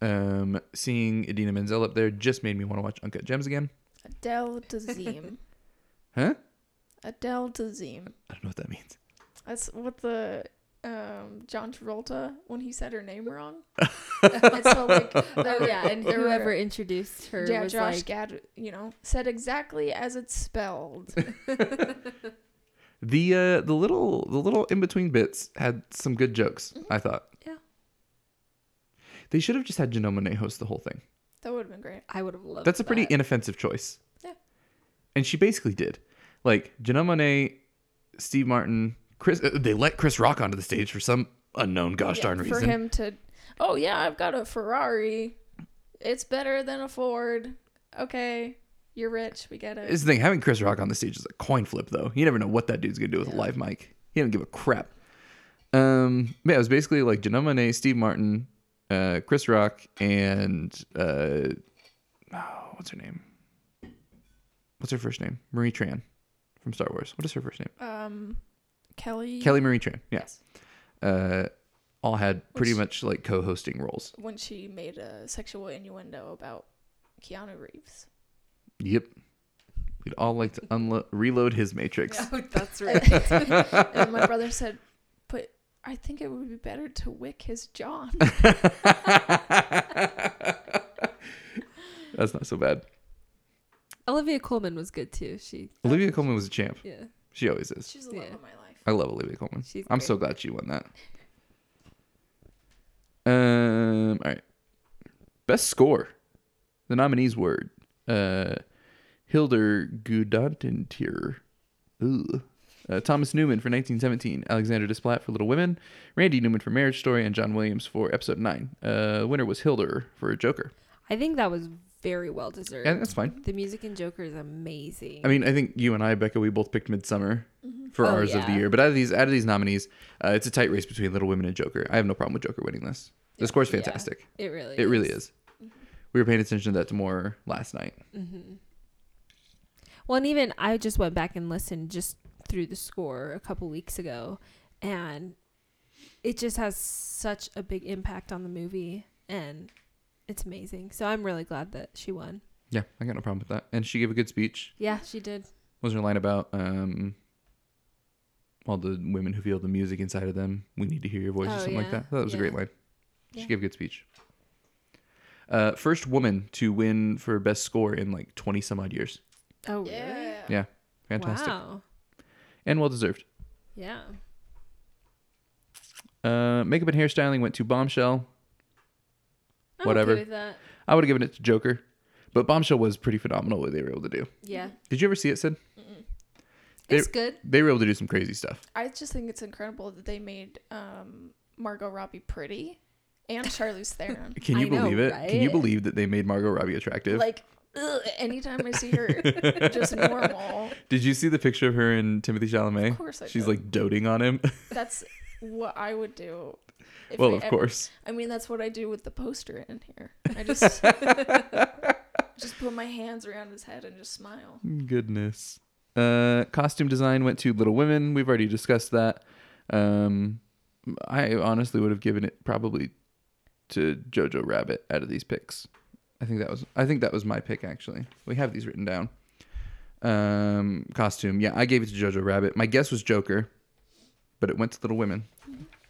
S3: Um, seeing Idina Menzel up there just made me want to watch Uncut Gems again.
S2: Adele Dazeem.
S3: Huh?
S2: Adele Dazeem.
S3: I don't know what that means.
S2: That's what the uh, um, John Travolta when he said her name wrong. and so like
S1: Oh yeah, and
S2: there were-
S1: whoever introduced her
S2: yeah,
S1: was
S2: Josh
S1: like,
S2: Gad, you know, said exactly as it's spelled.
S3: The uh, the little the little in between bits had some good jokes. I thought.
S2: Yeah.
S3: They should have just had Janelle Monae host the whole thing.
S2: that would have been great.
S1: "I would have loved."
S3: That's a pretty
S1: that.
S3: inoffensive choice.
S2: Yeah.
S3: And she basically did. Like Janelle Monae, Steve Martin, Chris. uh, They let Chris Rock onto the stage for some unknown gosh
S2: Yeah,
S3: darn
S2: for
S3: reason.
S2: him to, oh yeah, I've got a Ferrari. It's better than a Ford. Okay, you're rich. We get it.
S3: It's the thing having Chris Rock on the stage is a coin flip, though. You never know what that dude's gonna do with a live mic. He didn't give a crap. Um, but yeah, it was basically like Janelle Monae, Steve Martin, uh, Chris Rock, and uh, oh, what's her name? What's her first name? Marie Tran from Star Wars. What is her first name?
S2: um, Kelly.
S3: Kelly Marie Tran. Yeah.
S2: Yes.
S3: Uh, all had pretty
S2: Which-
S3: much like co-hosting roles.
S2: When she made a sexual innuendo about Keanu Reeves.
S3: Yep. We'd all like to unlo- reload his matrix.
S1: Oh, that's right.
S2: and my brother said, "But I think it would be better to wick his John."
S3: That's not so bad.
S1: Olivia Coleman was good too. She,
S3: Olivia Coleman was a champ.
S1: yeah,
S3: She always is.
S2: She's the love
S1: Yeah.
S2: of my life.
S3: I love Olivia Coleman.
S1: she's.
S3: I'm
S1: great.
S3: so glad she won that. Um, all right. Best score. The nominees were uh, Hilder Gudantentier. Ooh. Uh, Thomas Newman for 1917, Alexander Desplat for Little Women, Randy Newman for Marriage Story, and John Williams for Episode 9. Uh, winner was Hilder for Joker.
S1: I think that was very well deserved.
S3: And that's fine.
S1: the music in Joker is amazing.
S3: I mean, I think you and I, Becca, we both picked Midsummer for
S1: Oh,
S3: ours of the
S1: yeah.
S3: year. But out of these, out of these nominees, uh, it's a tight race between Little Women and Joker. I have no problem with Joker winning this. The score's
S1: Yeah.
S3: fantastic.
S1: it really,
S3: It really is.
S2: Mm-hmm.
S3: We were paying attention to that more last night.
S1: Mm-hmm. Well, and even I just went back and listened just through the score a couple weeks ago, and it just has such a big impact on the movie, and it's amazing. So I'm really glad that she won.
S3: Yeah, I got no problem with that. And she gave a good speech.
S1: Yeah, she did.
S3: What was her line about um, all the women who feel the music inside of them? We need to hear your voice or
S1: Oh,
S3: something like
S1: yeah.
S3: that. I thought That was a great
S1: Yeah.
S3: line. She
S1: Yeah.
S3: gave a good speech. Uh, first woman to win for best score in like 20 some odd years.
S1: Oh,
S2: Yeah.
S3: Yeah. Fantastic.
S1: Wow.
S3: And well deserved.
S1: Yeah.
S3: Uh, makeup and hairstyling went to Bombshell.
S1: I'm
S3: Whatever.
S1: Okay with that.
S3: I would have given it to Joker, but Bombshell was pretty phenomenal what they were able to do.
S1: Yeah.
S3: Did you ever see it, Sid? They-
S1: It's good.
S3: They were able to do some crazy stuff.
S2: I just think it's incredible that they made um, Margot Robbie pretty and Charlize Theron.
S3: Can
S1: I
S3: you
S1: know,
S3: believe it? Can you
S1: right?
S3: believe that they made Margot Robbie attractive?
S2: like, ugh, anytime I see her just normal,
S3: Did you see the picture of her and Timothy Chalamet?
S2: Of course I
S3: Eh, She's
S2: did.
S3: like doting on him.
S2: that's what I would do. if
S3: well,
S2: I
S3: of
S2: ever-
S3: course.
S2: I mean, that's what I do with the poster in here. I just just put my hands around his head and just smile.
S3: Goodness. Uh, costume design went to Little Women. We've already discussed that. Um, I honestly would have given it probably to Jojo Rabbit out of these picks. I think that was I think that was my pick actually. We have these written down. Um, costume. Yeah, I gave it to Jojo Rabbit. My guess was Joker, but it went to Little Women.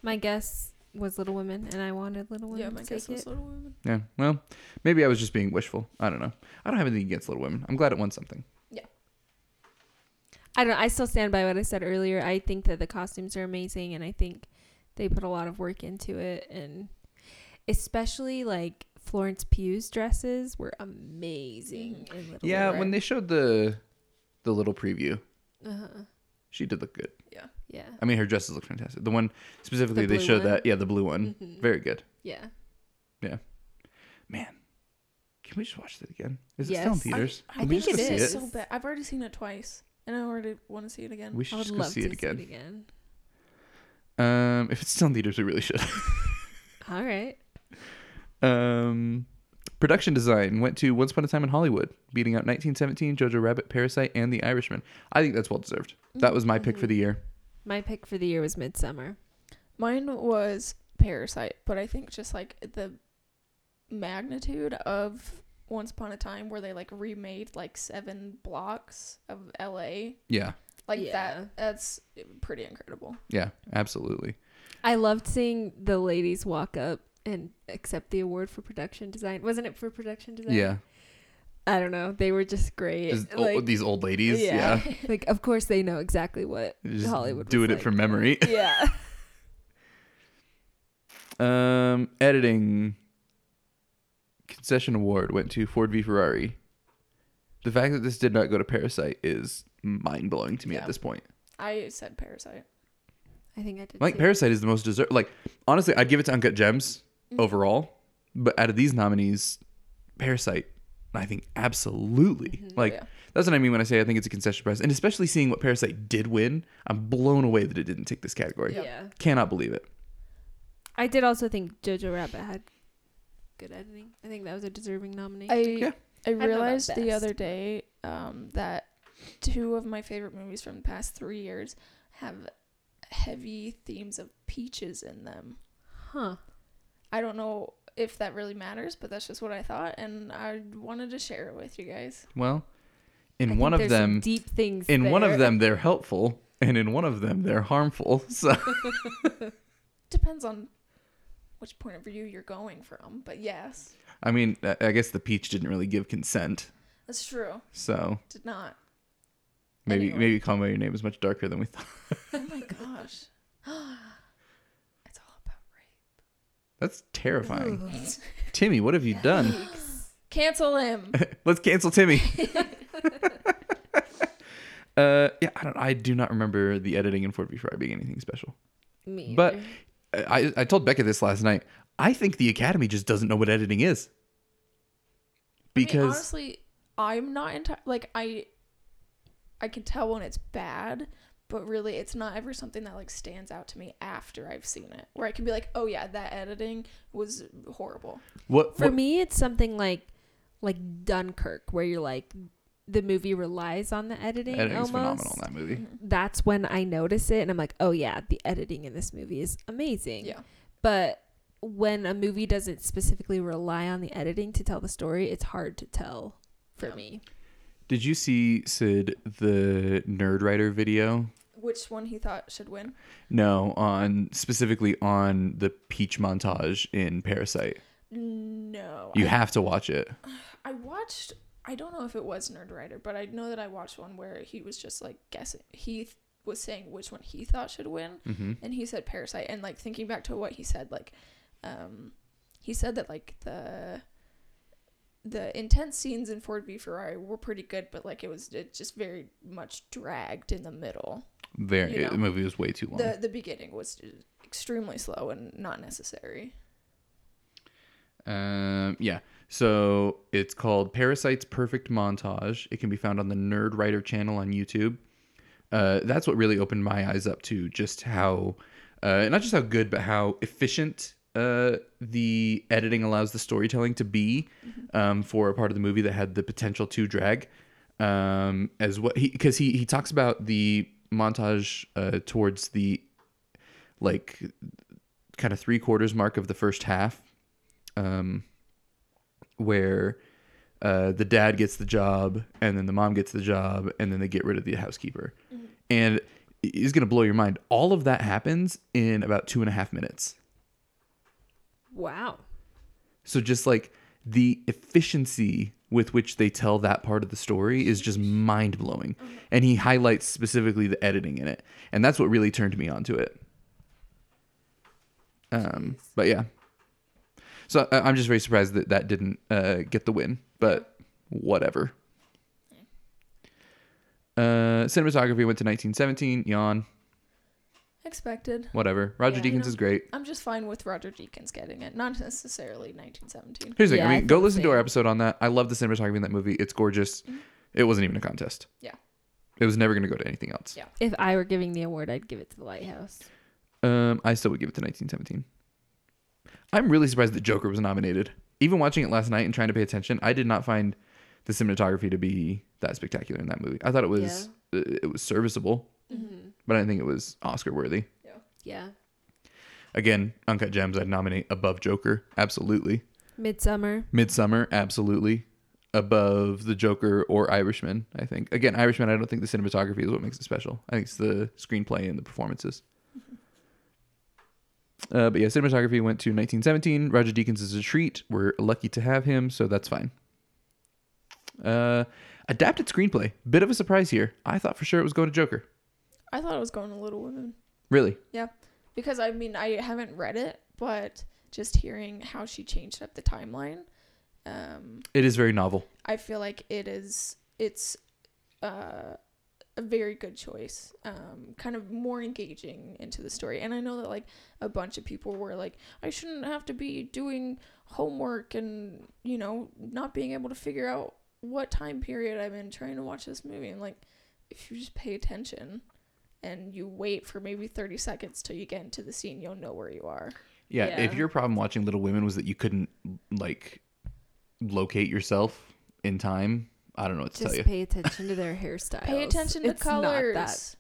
S1: My guess was Little Women, and I wanted Little Women
S2: yeah, my
S1: to
S2: guess
S1: take
S2: was
S1: it.
S2: Little Women.
S3: Yeah. Well, maybe I was just being wishful. I don't know. I don't have anything against Little Women. I'm glad it won something.
S1: I don't. I still stand by what I said earlier. I think that the costumes are amazing, and I think they put a lot of work into it, and especially like Florence Pugh's dresses were amazing. in Little
S3: Yeah, when
S1: Women.
S3: they showed the the little preview,
S1: uh-huh.
S3: she did look good.
S2: Yeah.
S1: yeah,
S3: I mean, her dresses look fantastic. The one specifically
S1: The
S3: they
S1: blue
S3: showed
S1: one?
S3: that, yeah, the blue one,
S1: Mhm.
S3: very good.
S1: yeah.
S3: Man, can we just watch that again? Is it still in
S1: Yes.
S3: theaters?
S2: I,
S1: I
S3: Can we
S1: think
S3: just
S1: it
S3: go see
S1: is.
S2: so bad. I've already seen it twice, and I already want to see it again.
S3: We should
S1: I would
S3: just go
S1: love
S3: see
S1: to
S3: it again.
S1: see it again.
S3: Um, if it's still in theaters, we really should.
S1: All right.
S3: Um, production design went to Once Upon a Time in Hollywood, beating out 1917, Jojo Rabbit, Parasite, and The Irishman. I think that's well deserved. That was my pick for the
S1: Mm-hmm.
S3: year.
S1: My pick for the year was Midsummer.
S2: Mine was Parasite, but I think just like the magnitude of Once Upon a Time, where they like remade like seven blocks of LA,
S3: Yeah,
S2: like
S1: Yeah.
S2: that. That's pretty incredible.
S3: yeah, absolutely.
S1: I loved seeing the ladies walk up and accept the award for production design. Wasn't it for production design?
S3: yeah.
S1: I don't know. They were just great.
S3: Just o-
S1: like,
S3: these old ladies. Yeah.
S1: yeah. like, of course, they know exactly what
S3: Just
S1: Hollywood
S3: doing
S1: was
S3: it
S1: like.
S3: from memory.
S1: yeah.
S3: Um, editing concession award went to Ford v Ferrari. The fact that this did not go to Parasite is mind blowing to me
S2: Yeah.
S3: at this point.
S2: I said Parasite.
S1: I think I did.
S3: Like
S1: too.
S3: Parasite is the most deserved. Like honestly, I'd give it to Uncut Gems
S1: Mm-hmm.
S2: Mhm.
S3: overall, but out of these nominees, Parasite, I think absolutely.
S1: Mm-hmm.
S3: Like
S2: yeah.
S3: that's what I mean when I say I think it's a concession prize, and especially seeing what Parasite did win, I'm blown away that it didn't take this category.
S1: yeah.
S3: Cannot believe it.
S1: I did also think Jojo Rabbit had good editing. I think that was a deserving nominee.
S2: I
S3: Yeah.
S2: I
S1: about
S2: realized the
S1: best.
S2: other day um, that two of my favorite movies from the past three years have heavy themes of peaches in them.
S1: huh.
S2: I don't know if that really matters, but that's just what I thought, and I wanted to share it with you guys.
S3: Well, in
S1: I think
S3: one of
S1: there's some
S3: them,
S1: deep things.
S3: in one of
S1: there.
S3: them they're helpful, and in one of them they're harmful. So
S2: Depends on which point of view you're going from, but yes,
S3: I mean, I I guess the peach didn't really give consent,
S2: that's true.
S3: so
S2: Did not.
S3: maybe
S2: Anyway.
S3: maybe call me your name is much darker than we thought.
S2: Oh my gosh. it's all about rape.
S3: That's terrifying. Timmy, what have you done?
S2: Cancel him.
S3: Let's cancel Timmy. uh, yeah, I don't. I do not remember the editing in Ford v Ferrari being anything special.
S1: Me
S3: But
S1: either.
S3: I, I told Becca this last night. I think the Academy just doesn't know what editing is.
S2: I mean,
S3: Because
S2: honestly, I'm not enti- like I I can tell when it's bad, but really it's not ever something that like stands out to me after I've seen it. Where I can be like, "Oh yeah, that editing was horrible."
S3: what,
S1: for
S3: what
S1: me, it's something like like Dunkirk, where you're like the movie relies on the editing.
S3: editing is
S1: almost.
S3: phenomenal in that movie.
S2: Mm-hmm.
S1: That's when I notice it, and I'm like, oh yeah, the editing in this movie is amazing.
S2: Yeah.
S1: But when a movie doesn't specifically rely on the editing to tell the story, it's hard to tell for
S2: Yeah.
S1: me.
S3: Did you see Sid the Nerd Writer video?
S2: Which one he thought should win?
S3: No, on specifically on the peach montage in Parasite.
S2: No.
S3: You have to watch it.
S2: I watched I don't know if it was Nerd Writer, but I know that I watched one where he was just like guessing. He th- was saying which one he thought should win,
S3: Mm-hmm.
S2: and he said parasite and like thinking back to what he said like um he said that like the the intense scenes in Ford v Ferrari were pretty good but like it was it just very much dragged in the middle
S3: Very.
S2: You know.
S3: the movie was way too long.
S2: the the beginning was extremely slow and not necessary
S3: Um, yeah. So it's called Parasite's Perfect Montage. It can be found on the Nerd Writer channel on YouTube. Uh, that's what really opened my eyes up to just how, uh, not just how good, but how efficient uh, the editing allows the storytelling to be um, for a part of the movie that had the potential to drag. Um, as what he because he he talks about the montage uh, towards the like kind of three quarters mark of the first half um, where uh, the dad gets the job and then the mom gets the job and then they get rid of the housekeeper. And it is going to blow your mind. All of that happens in about two and a half minutes.
S1: Wow.
S3: So just like the efficiency with which they tell that part of the story is just mind blowing. And he highlights specifically the editing in it. And that's what really turned me onto it. Um, but yeah. So I- I'm just very surprised that that didn't uh, get the win, but whatever. Uh, cinematography went to 1917. Yawn.
S2: expected
S3: Whatever. Roger
S1: Yeah,
S3: Deakins
S1: you
S2: know.
S3: is great.
S2: I'm just fine with Roger Deakins getting it not necessarily 1917
S3: Here's the thing.
S1: Yeah,
S3: I
S1: I
S3: mean, go
S1: think
S3: listen to our
S1: same. Mm-hmm.
S3: episode on that. I love the cinematography in that movie. It's gorgeous. It wasn't even a contest.
S2: Yeah.
S3: It was never going to go to anything else.
S2: Yeah.
S1: If I were giving the award, I'd give it to The Lighthouse.
S3: Um, I still would give it to 1917. I'm really surprised that Joker was nominated. Even watching it last night and trying to pay attention, I did not find the cinematography to be that spectacular in that movie. I thought it was uh, it was serviceable,
S1: Mm-hmm.
S3: but I didn't think it was Oscar worthy.
S1: Yeah.
S3: Again, Uncut Gems I'd nominate above Joker, absolutely.
S1: Midsummer.
S3: Midsummer, absolutely. Above the Joker or Irishman, I think. Again, Irishman, I don't think the cinematography is what makes it special. I think it's the screenplay and the performances. Uh, but yeah, cinematography went to 1917. Roger Deakins is a treat. We're lucky to have him, so that's fine. Uh, adapted screenplay. Bit of a surprise here. I thought for sure it was going to Joker.
S2: I thought it was going to Little Women
S3: Really?
S2: because I mean I haven't read it, but just hearing how she changed up the timeline, um,
S3: It is very novel.
S2: I feel like it is it's uh, a very good choice. Um, kind of more engaging into the story, and I know that like a bunch of people were like, I shouldn't have to be doing homework and you know not being able to figure out what time period I'm in trying to watch this movie. I'm like, if you just pay attention. And you wait for maybe 30 seconds till you get into the scene, you'll know where you are.
S3: Yeah, If
S1: Yeah.
S3: your problem watching Little Women was that you couldn't like locate yourself in time, I don't know what to
S1: Just
S3: tell you.
S1: pay attention to their hairstyles.
S2: Pay attention to
S1: It's not
S2: colors.
S1: that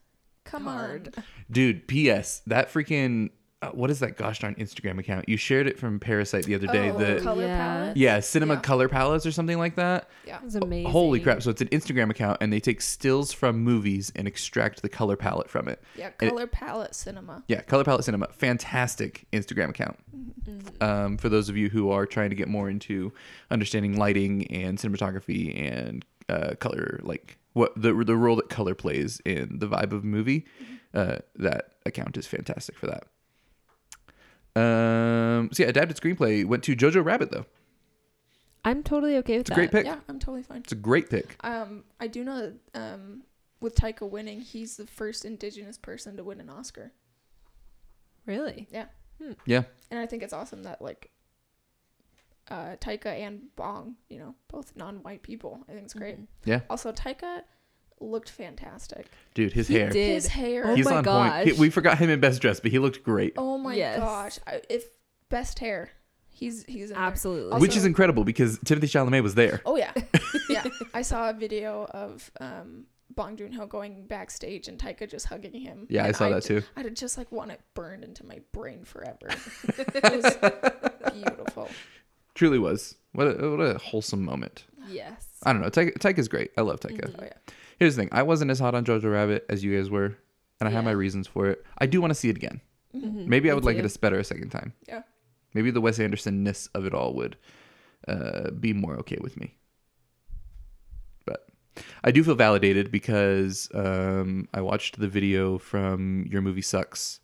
S2: Come
S1: hard.
S2: on.
S3: Dude, P.S. That freaking uh, what is that gosh darn Instagram account? You shared it from Parasite the other day.
S2: Oh,
S3: the
S2: color
S1: Yeah.
S2: palette.
S3: yeah, Cinema
S2: Yeah.
S3: Color Palettes or something like that.
S2: Yeah.
S1: It's amazing.
S3: Holy crap! So it's an Instagram account, and they take stills from movies and extract the color palette from it.
S2: Yeah,
S3: And it-
S2: color palette cinema.
S3: Yeah, Color Palette Cinema, fantastic Instagram account.
S2: Mm-hmm.
S3: Um, for those of you who are trying to get more into understanding lighting and cinematography and uh, color, like what the the role that color plays in the vibe of a movie,
S1: Mm-hmm.
S3: uh, that account is fantastic for that. Um, so yeah, adapted screenplay went to Jojo Rabbit though.
S1: I'm totally okay with
S3: It's a
S1: that.
S3: great pick.
S2: Yeah, I'm totally fine.
S3: It's a great pick.
S2: Um, I do know that um, with Taika winning, he's the first Indigenous person to win an Oscar,
S1: Really?
S3: Yeah,
S2: and I think it's awesome that like uh, Taika and Bong, you know, both non-white people. I think it's great.
S1: Mhm.
S2: Also, Taika looked fantastic.
S3: dude, his
S1: He
S3: hair.
S1: did.
S2: His hair.
S1: Oh
S3: He's
S1: my
S3: on
S1: gosh.
S3: point. He- we forgot him in best dress, but he looked great.
S2: oh my
S1: Yes.
S2: gosh! I, if best hair, he's he's in there.
S1: Absolutely.
S2: Also-
S3: Which is incredible because Timothy Chalamet was there.
S2: Oh yeah, yeah. I saw a video of um, Bong Joon Ho going backstage and Taika just hugging him.
S3: Yeah, I
S2: And
S3: saw that
S2: ju-
S3: too.
S2: I'd just like want it burned into my brain forever. it was beautiful.
S3: Truly was. What a, what a wholesome moment.
S1: yes.
S3: I don't know. Taika, Taika's great. I love
S1: Mm-hmm.
S3: Taika.
S2: Oh yeah,
S3: Here's the thing. I wasn't as hot on Jojo Rabbit as you guys were, and I have
S1: Yeah.
S3: my reasons for it. I do want to see it again.
S1: Mhm.
S2: Mm-hmm.
S3: Maybe I
S1: Me
S3: would like
S1: too.
S3: it a better a second time.
S2: Yeah.
S3: Maybe the Wes Anderson ness of it all would uh, be more okay with me. But I do feel validated because um, I watched the video from Your Movie Sucks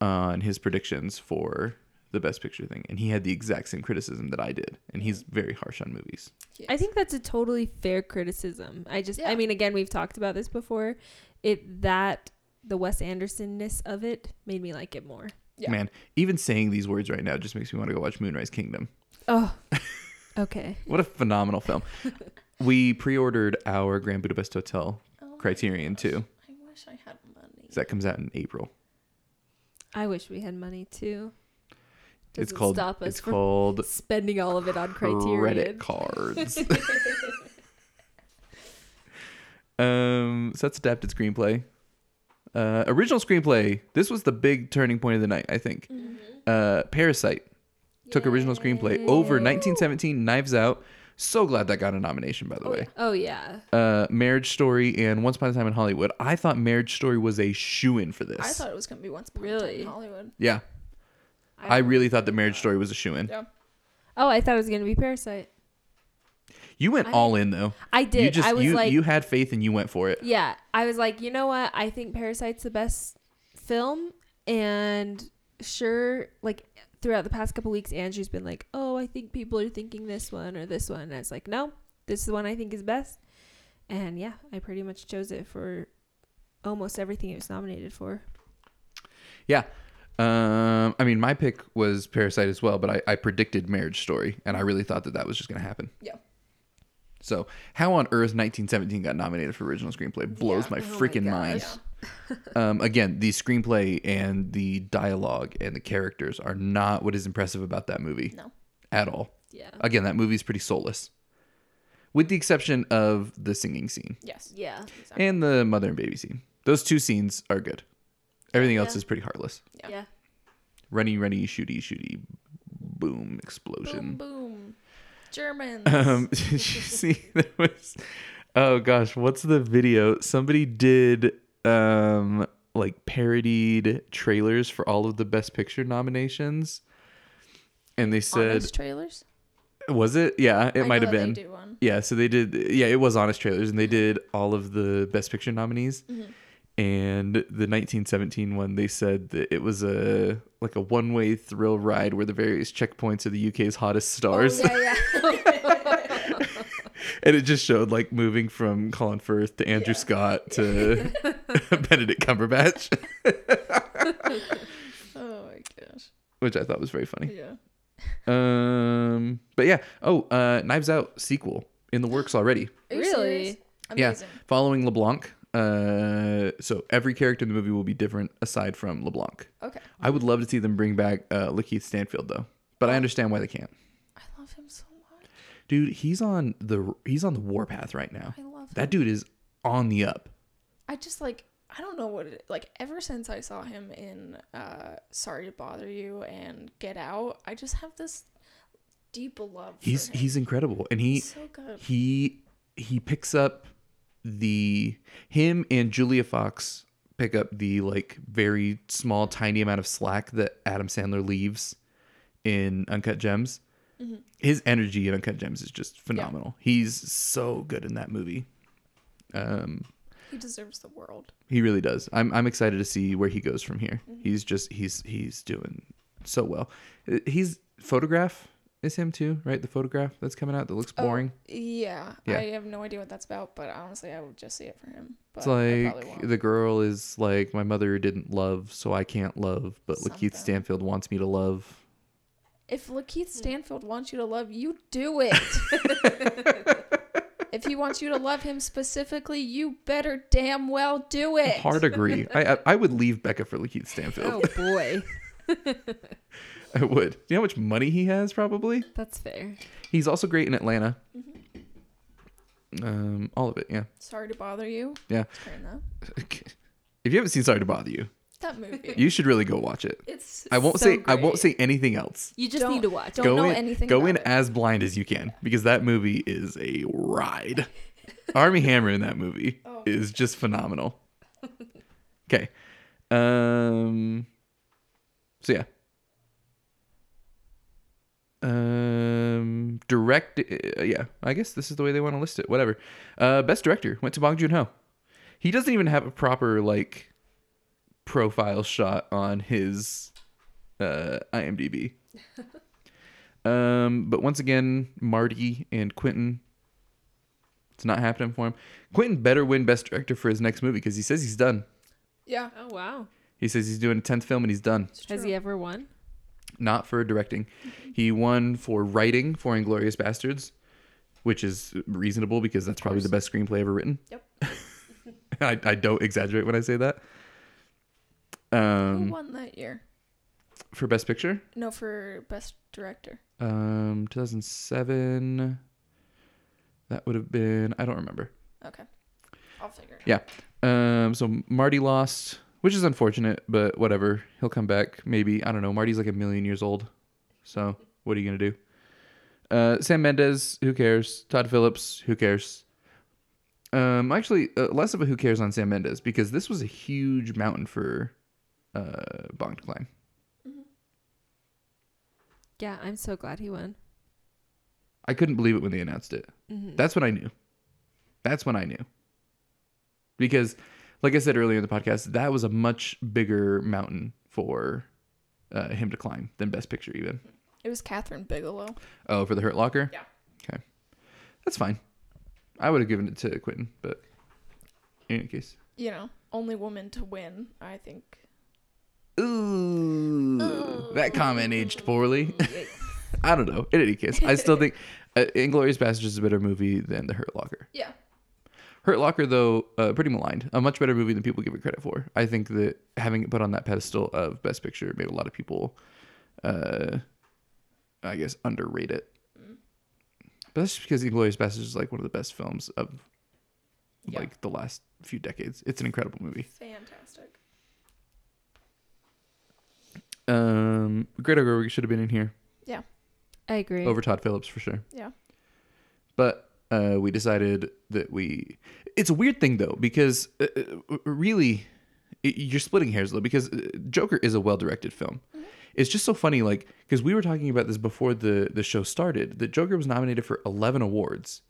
S3: on his predictions for the Best Picture thing, and he had the exact same criticism that I did, and he's very harsh on movies.
S1: I think that's a totally fair criticism. I just,
S2: Yeah.
S1: I mean, again, we've talked about this before. It that the Wes Andersonness of it made me like it more.
S2: Yeah.
S3: Man, even saying these words right now just makes me want to go watch Moonrise Kingdom.
S1: Oh, okay.
S3: What a phenomenal film. we pre-ordered our Grand Budapest Hotel
S2: Oh my
S3: Criterion
S2: gosh.
S3: too.
S2: I wish I had money.
S3: 'cause that comes out in April.
S1: I wish we had money too.
S3: It's
S1: Doesn't
S3: called
S1: stop us
S3: it's
S1: from
S3: called
S1: Spending all of it on
S3: credit
S1: Criterion.
S3: cards. um, so that's adapted screenplay. Uh, original screenplay. This was the big turning point of the night, I think.
S2: Mm-hmm.
S1: Mm-hmm.
S3: Uh, Parasite took original screenplay over 1917 Knives Out. So glad that got a nomination, by the way.
S1: Oh yeah.
S3: uh, Marriage Story and Once Upon a Time in Hollywood. I thought Marriage Story was a shoe in for this.
S2: I thought it was gonna be once upon a time
S1: Really?
S2: in Hollywood.
S3: yeah, I, really thought that Marriage Story was a shoe in.
S2: Yeah.
S1: Oh, I thought it was gonna be Parasite.
S3: You went
S1: I-
S3: all in though.
S1: I did.
S3: You just
S1: I was
S3: you
S1: like,
S3: you had faith and you went for it.
S1: yeah. I was like, you know what? I think Parasite's the best film, and sure, like throughout the past couple weeks, Andrew's been like, oh, I think people are thinking this one or this one, and I was like, no, this is the one I think is best, and yeah, I pretty much chose it for almost everything it was nominated for.
S3: Yeah. Um, I mean, my pick was Parasite as well, but I, I predicted Marriage Story, and I really thought that that was just going to happen.
S2: Yeah.
S3: So, how on earth 1917 got nominated for original screenplay blows
S2: Yeah.
S3: my
S1: Oh my
S3: freaking mind.
S2: gosh.
S3: um, again, the screenplay and the dialogue and the characters are not what is impressive about that movie
S2: No.
S3: at all.
S1: Yeah.
S3: Again, that movie's pretty soulless, with the exception of the singing scene
S2: Yes.
S1: Yeah.
S2: Exactly.
S3: and the mother and baby scene. Those two scenes are good. Everything else
S1: Yeah.
S3: is pretty heartless.
S2: Yeah.
S1: Yeah.
S3: Runny, runny, shooty, shooty, boom,
S2: boom
S3: explosion.
S2: boom. Germans.
S3: Um, did you see there was? Oh gosh, what's the video? Somebody did um like parodied trailers for all of the Best Picture nominations, and they said,
S2: Honest trailers.
S3: was it? Yeah,
S2: I
S3: it
S2: know
S3: might have
S2: that they
S3: been.
S2: do one.
S3: Yeah, so they did. Yeah, it was honest trailers, and they did all of the Best Picture nominees.
S2: Mm-hmm.
S3: And the 1917 one, they said that it was a like a one-way thrill ride where the various checkpoints are the UK's hottest
S2: Oh,
S3: stars,
S2: yeah,
S1: Oh,
S2: yeah.
S3: and it just showed like moving from Colin Firth to Andrew Scott to Benedict Cumberbatch,
S2: oh my gosh.
S3: which I thought was very funny.
S2: Yeah.
S3: Um, but yeah. Oh, uh, Knives Out sequel in the works already.
S2: Are you
S1: Really?
S2: serious?
S3: Yeah.
S2: Amazing.
S3: following LeBlanc. Uh, so every character in the movie will be different aside from LeBlanc.
S2: Okay.
S3: I would love to see them bring back uh, Lakeith Stanfield though, but I understand why they can't.
S2: I love him so much.
S3: Dude, he's on the he's on the warpath right now.
S2: I love him.
S3: Oh, That dude is on the up.
S2: I just like I don't know what it like ever since I saw him in uh Sorry to Bother You and Get Out, I just have this deep love. for
S3: He's
S2: him.
S3: he's incredible, and he
S2: He's so good.
S3: he he picks up the him and Julia Fox pick up the like very small tiny amount of slack that Adam Sandler leaves in Uncut Gems. His energy in Uncut Gems is just phenomenal. He's so good in that movie. Um
S2: He deserves the world.
S3: he really does. I'm I'm excited to see where he goes from here.
S2: Mm-hmm.
S3: He's just he's he's doing so well. Uh, He's photograph is him too, right? The photograph that's coming out that looks Oh,
S2: Oh,
S3: boring.
S2: Yeah,
S3: Yeah.
S2: I have no idea what that's about, but honestly, I would just see it for him. But
S3: It's
S2: I probably
S3: like
S2: won't.
S3: the girl is like, my mother didn't love, so I can't love, but
S2: Something.
S3: Lakeith Stanfield wants me to love.
S2: if Lakeith
S3: Hmm.
S2: Stanfield wants you to love, you do it. if he wants you to love him specifically, you better damn well do it.
S3: Hard agree. I I- I would leave Becca for Lakeith Stanfield.
S1: Oh boy,
S3: I would. You know how much money he has? Probably.
S1: that's fair.
S3: He's also great in Atlanta.
S2: Mm-hmm.
S3: Um, all of it. Yeah,
S2: Sorry to bother you.
S3: yeah.
S2: It's great, though.
S3: If you haven't seen Sorry to Bother You,
S2: That movie.
S3: you should really go watch it.
S2: it's
S3: I won't
S2: so
S3: say I won't
S2: great.
S3: say anything else.
S1: You just
S2: Don't-
S1: need to watch.
S2: don't-
S1: it.
S3: go
S2: know
S3: in,
S2: anything
S3: Go
S2: about
S3: in
S2: it.
S3: as blind as you can because that movie is a ride. Army Hammer in that movie
S2: Oh,
S3: is just phenomenal. Okay. Um. So yeah. Um. Direct. uh, yeah. I guess this is the way they want to list it. Whatever. Uh. Best director went to Bong Joon Ho. He doesn't even have a proper like profile shot on his uh IMDb. Um, but once again, Marty and Quentin, it's not happening for him. Quentin better win Best Director for his next movie because he says he's done.
S2: Yeah.
S1: Oh wow,
S3: He says he's doing a tenth film and he's done.
S2: It's
S1: has
S2: true.
S1: he ever won?
S3: Not for directing. He won for writing for Inglorious Bastards, which is reasonable because that's probably the best screenplay ever written.
S2: Yep.
S3: I, I don't exaggerate when I say that.
S2: Who
S3: Um,
S2: won that year?
S3: for Best Picture,
S2: No, for best director.
S3: um, 2007. That would have been I don't remember.
S2: Okay. I'll figure it out.
S3: Yeah. Um. So Marty lost, which is unfortunate, but whatever. He'll come back. Maybe I don't know. Marty's like a million years old, so what are you gonna do? Uh, Sam Mendes, who cares? Todd Phillips, who cares? Um, actually, uh, less of a who cares on Sam Mendes because this was a huge mountain for uh Bong to climb.
S1: Yeah, I'm so glad he won.
S3: I couldn't believe it when they announced it.
S1: Mm-hmm.
S3: That's when I knew. That's when I knew. Because, like I said earlier in the podcast, that was a much bigger mountain for uh, him to climb than Best Picture, even.
S2: It was Catherine Bigelow.
S3: Oh, for The Hurt Locker?
S2: Yeah.
S3: Okay. That's fine. I would have given it to Quentin, but in any case.
S2: You know, only woman to win, I think.
S3: Ooh, that comment aged poorly. I don't know. In any case, I still think uh, Inglorious Bastards is a better movie than The Hurt Locker.
S2: Yeah.
S3: Hurt Locker, though, uh, pretty maligned. A much better movie than people give it credit for. I think that having it put on that pedestal of Best Picture made a lot of people, uh, I guess, underrate it. But that's just because Inglorious Bastards is like one of the best films of
S2: Yeah.
S3: like the last few decades. It's an incredible movie.
S2: Fantastic.
S3: Um, Greta Gerwig should have been in here
S1: I agree.
S3: over Todd Phillips for sure.
S2: Yeah.
S3: but uh, we decided that we it's a weird thing though because uh, uh, really it- you're splitting hairs though because uh, Joker is a well-directed film.
S2: Mm-hmm.
S3: It's just so funny, like because we were talking about this before the the show started. That Joker was nominated for 11 awards,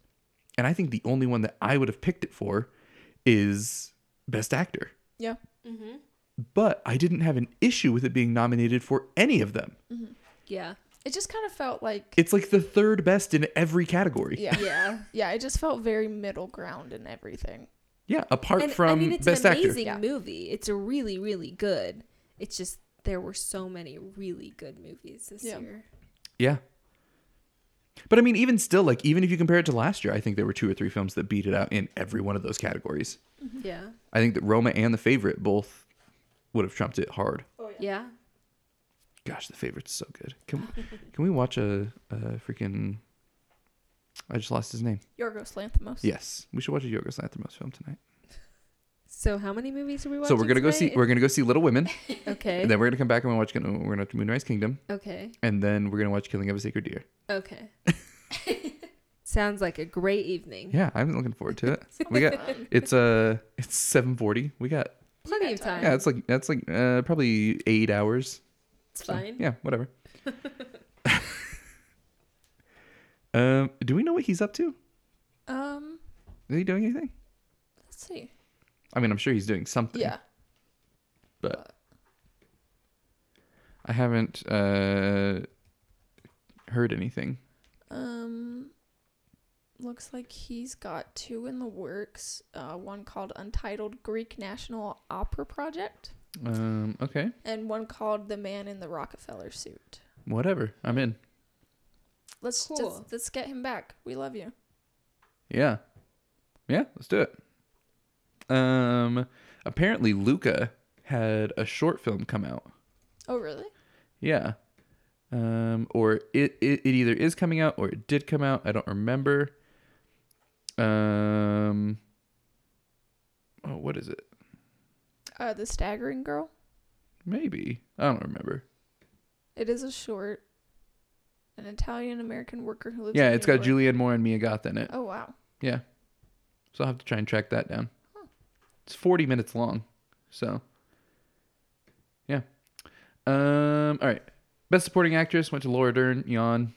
S3: and I think the only one that I would have picked it for is Best Actor.
S2: Yeah. Mm-hmm.
S3: But I didn't have an issue with it being nominated for any of them.
S1: Yeah.
S2: It just kind of felt like
S3: It's like the third best in every category.
S2: yeah.
S1: Yeah.
S2: Yeah, it just felt very middle ground in everything.
S3: Yeah, apart
S1: and
S3: from
S1: I mean, it's
S3: Best
S1: an
S3: Actor.
S1: amazing
S2: Yeah.
S1: movie. It's a really, really good. It's just there were so many really good movies this
S2: Yeah.
S1: year.
S3: Yeah. But I mean, even still, like, even if you compare it to last year, I think there were two or three films that beat it out in every one of those categories.
S2: Mm-hmm.
S1: Yeah.
S3: I think that Roma and The Favorite both would have trumped it hard.
S1: Yeah.
S3: Gosh, The Favorite's so good. Can, can we watch a, a freaking. I just lost his name.
S2: Yorgos Lanthimos.
S3: Yes, we should watch a Yorgos Lanthimos film tonight.
S1: So how many movies are we watching?
S3: so we're gonna go see we're gonna go see Little Women,
S1: see. Okay.
S3: and then we're gonna come back and we're watch we're gonna watch Moonrise Kingdom,
S1: okay.
S3: and then we're gonna watch Killing of a Sacred Deer.
S1: Okay. Sounds like a great evening.
S3: Yeah, I'm looking forward to it. we got it's uh it's 7:40. We got
S1: Plenty of
S2: Yeah,
S1: time.
S3: Yeah, it's like that's like uh, probably eight hours.
S1: it's
S3: So,
S1: fine.
S3: Yeah, whatever. um, do we know what he's up to?
S2: Um,
S3: Is he doing anything?
S2: let's see.
S3: I mean, I'm sure he's doing something.
S2: Yeah.
S3: but I haven't uh heard anything.
S2: Um, looks like he's got two in the works. Uh, one called Untitled Greek National Opera Project,
S3: Um, okay,
S2: and one called The Man in the Rockefeller Suit.
S3: whatever. I'm in.
S2: Let's
S1: Cool.
S2: just, let's get him back. We love you.
S3: Yeah, yeah. Let's do it. Um, apparently Luca had a short film come out.
S2: Oh, really?
S3: Yeah. Um, or it, it, it either is coming out or it did come out. I don't remember. Um, oh, what is it?
S2: Uh, The Staggering Girl.
S3: Maybe. I don't remember.
S2: It is a short. An Italian American worker who lives.
S3: Yeah,
S2: in
S3: it's
S2: New
S3: got
S2: York.
S3: Julianne Moore and Mia Goth in it.
S2: Oh wow.
S3: Yeah. So I'll have to try and track that down. It's 40 minutes long. So, yeah. Um, all right. Best supporting actress went to Laura Dern. Yawn.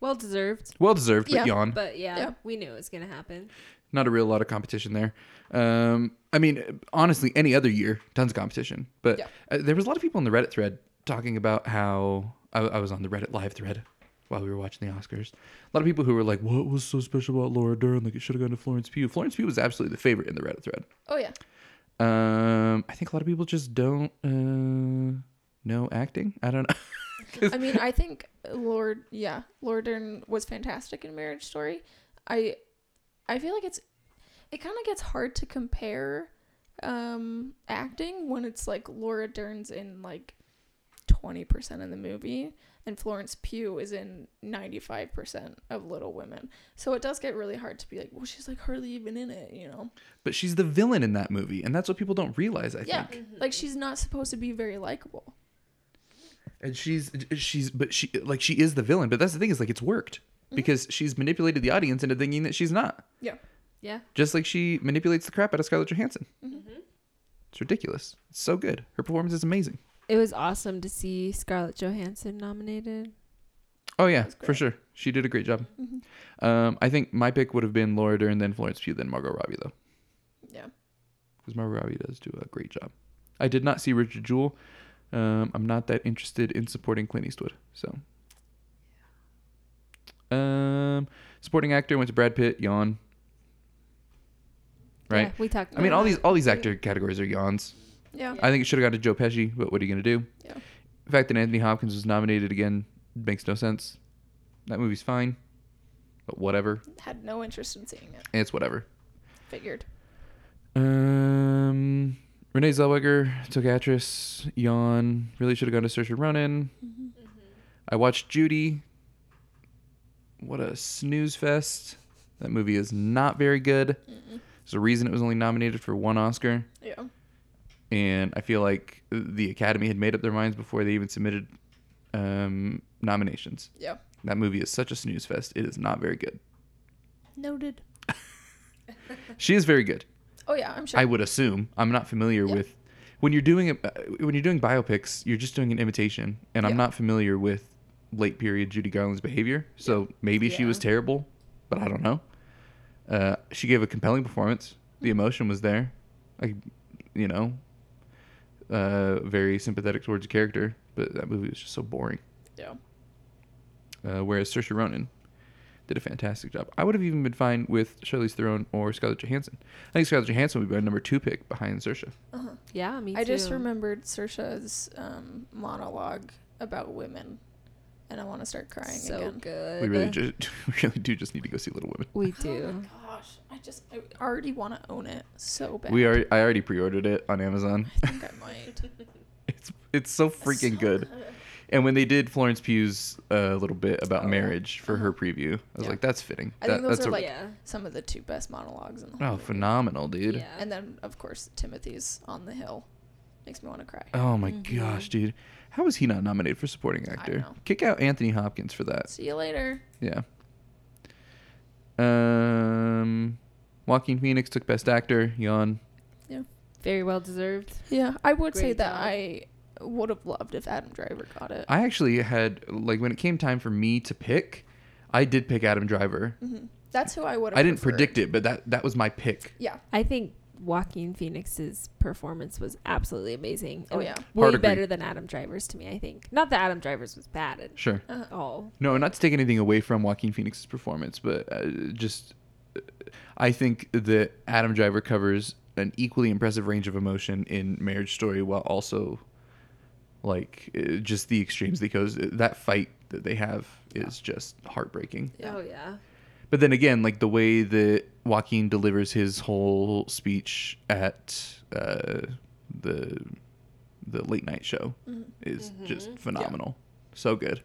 S1: Well deserved.
S3: Well deserved, but
S2: Yeah,
S3: yawn.
S1: But yeah,
S2: Yeah.
S1: we knew it was gonna happen.
S3: not a real lot of competition there. Um, I mean, honestly, any other year, tons of competition. But
S2: Yeah.
S3: uh, there was a lot of people in the Reddit thread talking about how I, I was on the Reddit live thread while we were watching the Oscars. A lot of people who were like, "What was so special about Laura Dern? Like, it should have gone to Florence Pugh." Florence Pugh was absolutely the favorite in the Reddit thread.
S2: Oh yeah.
S3: Um, I think a lot of people just don't uh, know acting. I don't know.
S2: I mean, I think Lord, yeah, Laura Dern was fantastic in Marriage Story. I, I feel like it's, it kind of gets hard to compare, um, acting when it's like Laura Dern's in like, twenty percent of the movie, and Florence Pugh is in ninety five percent of Little Women. So it does get really hard to be like, well, she's like hardly even in it, you know?
S3: But she's the villain in that movie, and that's what people don't realize. I
S2: yeah,
S3: think.
S2: like she's not supposed to be very likable.
S3: and she's she's but she like she is the villain but that's the thing is like it's worked because she's manipulated the audience into thinking that she's not
S2: Mm-hmm. Yeah.
S1: Yeah.
S3: just like she manipulates the crap out of scarlett johansson
S2: Mm-hmm.
S3: it's ridiculous it's so good her performance is amazing
S1: It was awesome to see Scarlett Johansson nominated.
S3: oh yeah
S2: was
S3: for
S2: great. Mm-hmm.
S3: sure she did a great job um, i think my pick would have been laura dern then florence pugh then margot robbie though
S2: Yeah.
S3: because margot robbie does do a great job i did not see richard jewell um, i'm not that interested in supporting clint eastwood so um, supporting actor went to brad pitt yawn right
S1: Yeah, we talked.
S3: I mean,
S1: about
S3: all
S1: that.
S3: these all these actor categories are yawns.
S2: Yeah.
S3: I think it should have gone to Joe Pesci, but what are you gonna do?
S2: Yeah.
S3: The fact that Anthony Hopkins was nominated again makes no sense. That movie's fine, but whatever.
S2: Had no interest in seeing it.
S3: It's whatever.
S2: Figured.
S3: Um, Renee Zellweger took actress. Yawn. Really should have gone to Saoirse Ronan. I watched Judy. What a snooze fest! That movie is not very good. There's a reason it was only nominated for one Oscar.
S2: Yeah.
S3: and I feel like the Academy had made up their minds before they even submitted um, nominations.
S2: Yeah.
S3: That movie is such a snooze fest. It is not very good.
S2: Noted.
S3: She is very good.
S2: Oh yeah, I'm sure.
S3: I would assume. I'm not familiar
S2: Yeah.
S3: with when you're doing a, when you're doing biopics, you're just doing an imitation, and I'm
S2: Yeah.
S3: not familiar with late period Judy Garland's behavior. So maybe she
S2: Yeah.
S3: was terrible, but I don't know. Uh, she gave a compelling performance. The
S2: Mm-hmm.
S3: emotion was there, like you know, uh, very sympathetic towards the character. But that movie was just so boring.
S2: yeah.
S3: Uh, whereas Saoirse Ronan did a fantastic job. I would have even been fine with Charlize Theron or Scarlett Johansson. I think Scarlett Johansson would be my number two pick behind Saoirse.
S2: Uh-huh.
S1: Yeah, me
S2: I just
S1: too.
S2: remembered Sersha's um, monologue about women, and I want to start crying
S1: so
S2: again.
S1: good.
S3: We really,
S2: Uh-huh.
S3: just, we really do just need to go see Little Women.
S1: We
S2: Oh
S1: do.
S2: my gosh, I just I already want to own it so bad.
S3: We are. I already pre-ordered it on Amazon.
S2: I think I might.
S3: It's it's so freaking
S2: So
S3: good. And when they did Florence Pugh's uh, little bit
S2: Oh,
S3: about
S2: yeah.
S3: marriage for her preview, I was
S2: Yeah.
S3: like, that's fitting.
S2: I think those
S3: that's
S2: are, like,
S1: yeah.
S2: Some of the two best monologues in the whole
S3: oh
S2: movie.
S3: phenomenal, dude.
S1: Yeah.
S2: And then of course Timothy's on the hill makes me want to cry.
S3: Oh my
S1: Mhm.
S3: gosh, dude. How was he not nominated for supporting actor?
S2: Mm-hmm. know.
S3: Kick out Anthony Hopkins for that.
S2: See you later.
S3: Yeah. Um, Joaquin Phoenix took Best Actor. Yawn.
S1: Very well deserved.
S2: Yeah, I would say
S1: Great
S2: that
S1: job.
S2: I would have loved if Adam Driver got it.
S3: I actually had like when it came time for me to pick, I did pick Adam Driver.
S2: Mhm. That's who I would. have
S3: I didn't predict it, but that that was my pick.
S2: Yeah.
S1: I think Joaquin Phoenix's performance was absolutely amazing.
S2: Oh,
S1: and
S2: yeah.
S1: way
S3: Hard agree.
S1: better than Adam Driver's to me. I think not that Adam Driver's was bad at
S3: Sure.
S2: Uh,
S1: all.
S3: No, not to take anything away from Joaquin Phoenix's performance, but uh, just uh, I think that Adam Driver covers an equally impressive range of emotion in Marriage Story, while also like uh, just the extremes that goes. That fight that they have is just heartbreaking.
S2: Yeah.
S1: Oh yeah,
S3: But then again, like the way that Joaquin delivers his whole speech at uh, the the late night show
S2: Mhm.
S3: is just
S1: Mhm.
S3: phenomenal. So good.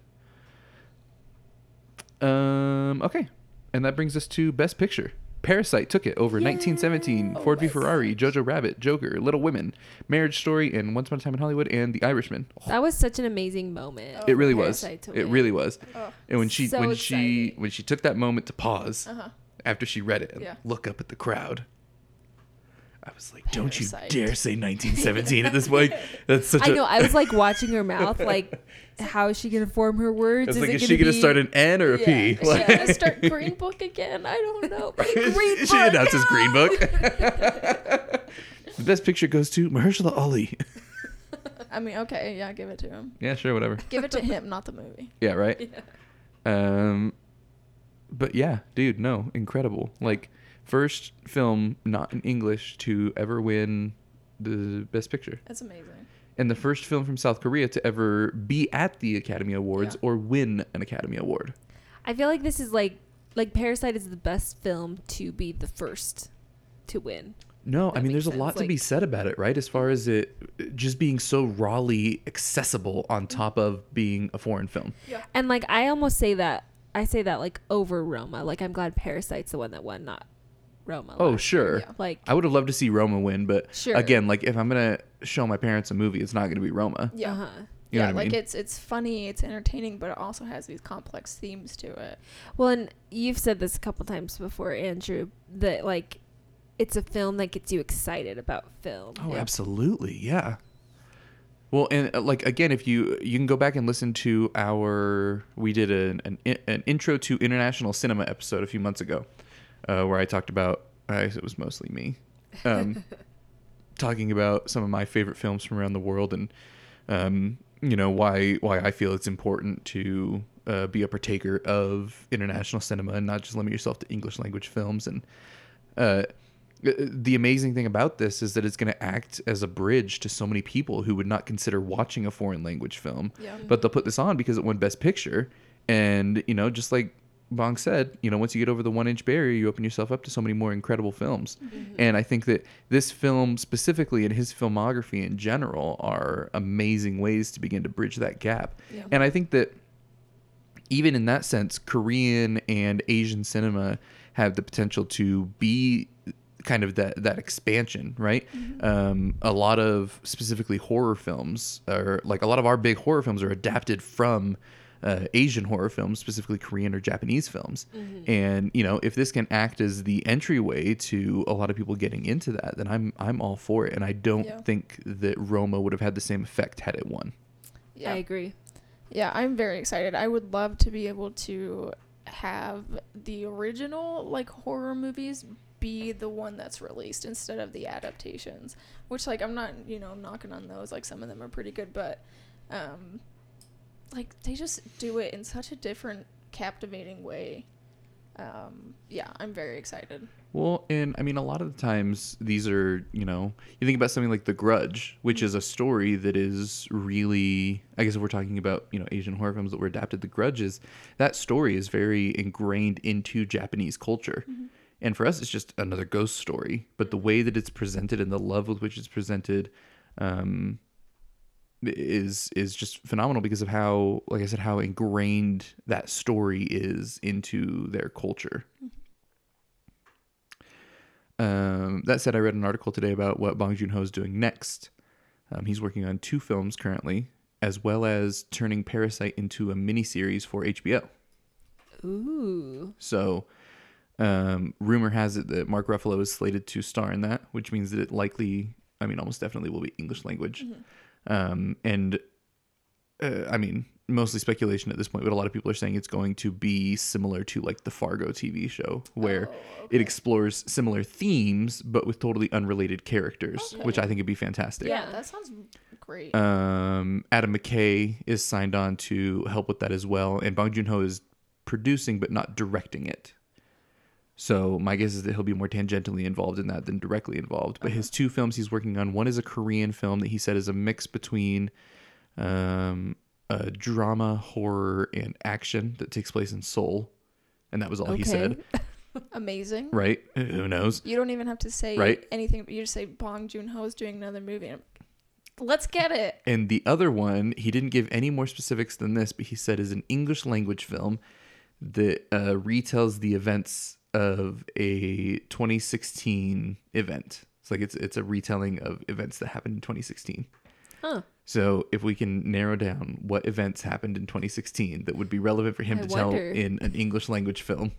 S3: Um. Okay, and that brings us to Best Picture. Parasite took it over 1917,
S2: Yay.
S3: Ford v
S2: Oh,
S3: Ferrari, Jojo Rabbit, Joker, Little Women, Marriage Story, and Once Upon a Time in Hollywood, and The Irishman. Oh,
S1: that was such an amazing moment.
S2: Oh,
S3: it really
S1: for
S3: was.
S1: Parasite to
S3: It
S1: win.
S3: really was.
S2: oh,
S3: And when she
S1: So
S3: when she
S1: exciting.
S3: when she took that moment to pause,
S2: uh-huh.
S3: after she read it and
S2: Yeah.
S3: look up at the crowd. I was like, "Don't
S2: Parasite.
S3: you dare say 1917 at this point." That's such
S1: I
S3: a
S1: know. I was like watching her mouth, like how is she gonna form her words?
S3: It's
S1: Is
S3: like,
S1: it
S3: is she gonna
S1: be-
S3: start an N or a
S1: Yeah.
S3: P?
S1: Is she
S2: Should
S3: Like,
S2: I start Green Book again? I don't know. Green
S3: she
S2: Book,
S3: announces
S2: no!
S3: Green Book. the best picture goes to Mahershala Ali.
S2: I mean, okay, yeah, give it to him.
S3: Yeah, sure, whatever.
S2: Give it to him, not the movie.
S3: Yeah, right. Um, but yeah, dude, no, incredible. Like, first film not in English to ever win the best picture.
S2: That's amazing.
S3: and the first film from South Korea to ever be at the Academy Awards
S2: Yeah.
S3: or win an Academy Award.
S1: I feel like this is like like Parasite is the best film to be the first to win.
S3: No, I
S1: That
S3: mean,
S1: makes
S3: there's a lot
S1: sense,
S3: to be
S1: like-
S3: said about it, right? As far as it just being so rawly accessible on
S1: Mm-hmm.
S3: top of being a foreign film.
S2: Yeah.
S1: And like I almost say that I say that like over Roma. Like I'm glad Parasite's the one that won, not Roma.
S3: Oh,
S1: last
S3: sure.
S1: year. Like
S3: I would have loved to see Roma win, but
S1: Sure.
S3: again, like if I'm going to show my parents a movie, it's not going to be Roma.
S2: Yeah.
S1: uh-huh.
S3: You know
S2: yeah,
S3: what I
S2: like
S3: mean?
S2: it's it's funny, it's entertaining, but it also has these complex themes to it.
S1: Well, and you've said this a couple times before, Andrew, that like it's a film that gets you excited about film.
S3: Oh,
S2: Yeah.
S3: absolutely. Yeah. Well, and uh, like again, if you you can go back and listen to our we did an an, i- an intro to international cinema episode a few months ago, uh, where I talked about I guess it was mostly me, um, talking about some of my favorite films from around the world and um, you know why why I feel it's important to uh, be a partaker of international cinema and not just limit yourself to English language films and uh, the amazing thing about this is that it's going to act as a bridge to so many people who would not consider watching a foreign language film
S2: Yeah.
S3: but they'll put this on because it won best picture and you know just like bong said you know once you get over the one inch barrier you open yourself up to so many more incredible films and i think that this film specifically and his filmography in general are amazing ways to begin to bridge that gap
S2: Yeah.
S3: and i think that even in that sense, Korean and Asian cinema have the potential to be kind of that that expansion, right? Um, a lot of specifically horror films are like a lot of our big horror films are adapted from uh, Asian horror films, specifically Korean or Japanese films.
S1: Mm-hmm.
S3: And you know, if this can act as the entryway to a lot of people getting into that, then I'm I'm all for it. And I don't
S2: Yeah.
S3: think that Roma would have had the same effect had it won.
S2: Yeah.
S1: I agree.
S2: Yeah, I'm very excited. I would love to be able to have the original like horror movies be the one that's released instead of the adaptations, which like I'm not, you know, knocking on those. Like some of them are pretty good, but um like they just do it in such a different captivating way. Um yeah, I'm very excited.
S3: Well, and I mean, a lot of the times these are, you know, you think about something like The Grudge, which is a story that is really, I guess if we're talking about, you know, Asian horror films that were adapted, The Grudge is, that story is very ingrained into Japanese culture. And for us, it's just another ghost story. But the way that it's presented and the love with which it's presented, um, is is just phenomenal because of how like I said how ingrained that story is into their culture. Um, that said, I read an article today about what Bong Joon Ho is doing next. Um, he's working on two films currently, as well as turning Parasite into a miniseries for HBO.
S1: Ooh.
S3: So, um, rumor has it that Mark Ruffalo is slated to star in that, which means that it likely, I mean, almost definitely will be English language. Um, and uh, I mean, mostly speculation at this point, but a lot of people are saying it's going to be similar to like the Fargo TV show, where
S2: Oh,
S3: it explores similar themes but with totally unrelated characters,
S2: Okay.
S3: which I think would be fantastic.
S2: yeah,
S1: Yeah.
S2: that sounds great.
S3: Um, Adam McKay is signed on to help with that as well, and Bong Joon Ho is producing but not directing it. So my guess is that he'll be more tangentially involved in that than directly involved. But his two films he's working on, one is a Korean film that he said is a mix between um, a drama, horror, and action that takes place in Seoul, and that was all he said.
S2: Amazing.
S3: Right? Who knows?
S2: You don't even have to say
S3: Right.
S2: anything. but You just say Bong Joon Ho is doing another movie. and Let's get it.
S3: And the other one, he didn't give any more specifics than this, but he said is an English language film that uh, retells the events of a 2016 event. It's like it's it's a retelling of events that happened in 2016.
S1: Huh.
S3: So if we can narrow down what events happened in 2016 that would be relevant for him
S1: I
S3: to
S1: wonder.
S3: tell in an English language film,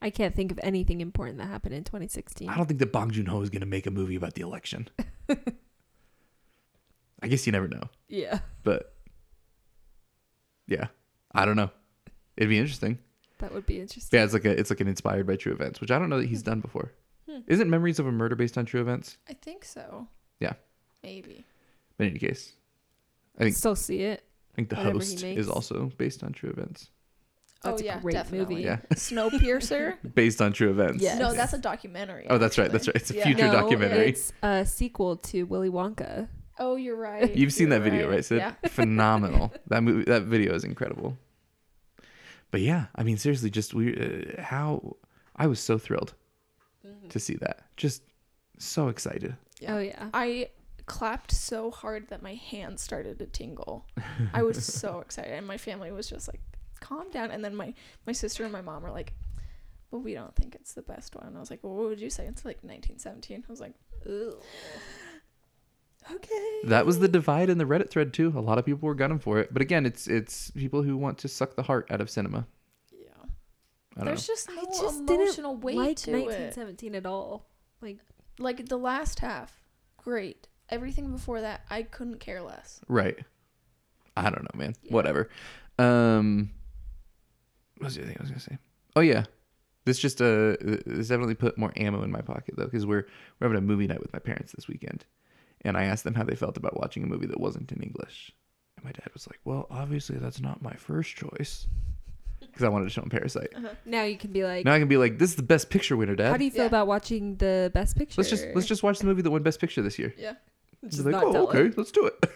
S1: I can't think of anything important that happened in 2016.
S3: I don't think that Bong Joon Ho is going to make a movie about the election. I guess you never know.
S1: Yeah.
S3: but yeah, I don't know. It'd be interesting.
S1: That would be interesting.
S3: Yeah, it's like a it's like an inspired by true events, which I don't know that he's done before.
S1: Hmm.
S3: Isn't Memories of a Murder based on true events?
S2: I think so.
S3: Yeah.
S2: Maybe.
S3: But in any case, I think
S1: Still see it.
S3: I think the
S1: Whatever he
S3: host
S1: makes.
S3: is also based on true events.
S1: That's
S2: oh
S1: a
S2: yeah,
S1: great
S2: definitely.
S1: movie.
S3: Yeah.
S2: Snowpiercer.
S3: Based on true events.
S1: Yes.
S2: No, that's a documentary.
S3: Oh, that's right.
S2: actually.
S3: That's right. It's a
S2: Yeah.
S3: future
S1: no,
S3: documentary.
S1: it's a sequel to Willy Wonka.
S2: Oh, you're right.
S3: You've seen
S2: You're
S3: that video, right, Sid?
S2: Yeah.
S3: Phenomenal. that movie, that video is incredible. But yeah, I mean, seriously, just we, uh, how I was so thrilled
S2: Mm-hmm.
S3: to see that. Just so excited.
S2: Yeah.
S1: Oh yeah.
S2: I clapped so hard that my hand started to tingle. I was so excited, and my family was just like, "Calm down." And then my my sister and my mom were like, "Well, we don't think it's the best one." I was like, "Well, what would you say?" It's like 1917. I was like, "Okay."
S3: That was the divide in the Reddit thread too. A lot of people were gunning for it, but again, it's it's people who want to suck the heart out of cinema.
S2: Yeah.
S3: I don't
S2: There's just no
S1: I just
S2: emotional
S1: didn't
S2: weight
S1: like
S2: to it.
S1: 1917 at all. Like
S2: Like the last half, great. Everything before that, I couldn't care less.
S3: know. Right. I don't know, man. Whatever. Um, what was the other thing I was gonna say? Oh yeah, this just uh, this definitely put more ammo in my pocket though, because we're we're having a movie night with my parents this weekend, and I asked them how they felt about watching a movie that wasn't in English, and my dad was like, "Well, obviously that's not my first choice," because I wanted to show him Parasite.
S1: now you can be like,
S3: Now I can be like, "This is the best picture winner, Dad."
S1: how do you feel
S2: Yeah.
S1: about watching the Best Picture?
S3: Let's just let's just watch the movie that won Best Picture this year.
S2: Yeah.
S1: Just
S3: like,
S1: not
S3: oh,
S1: tell
S3: okay,
S1: it.
S3: let's do it.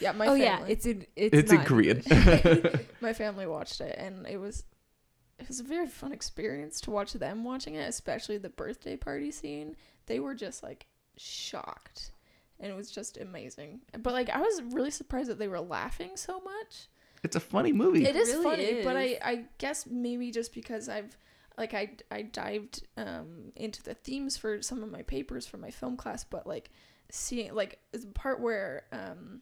S2: Yeah, my
S1: oh
S2: family.
S1: yeah, it's in it's,
S3: It's in
S1: not
S3: Korean.
S2: my family watched it and it was it was a very fun experience to watch them watching it, especially the birthday party scene. They were just like shocked. And it was just amazing. But like I was really surprised that they were laughing so much.
S3: It's a funny movie.
S2: It
S1: It
S2: is
S1: really
S2: funny, but
S1: is.
S2: I I guess maybe just because I've like I I dived um into the themes for some of my papers for my film class, but like seeing like the part where um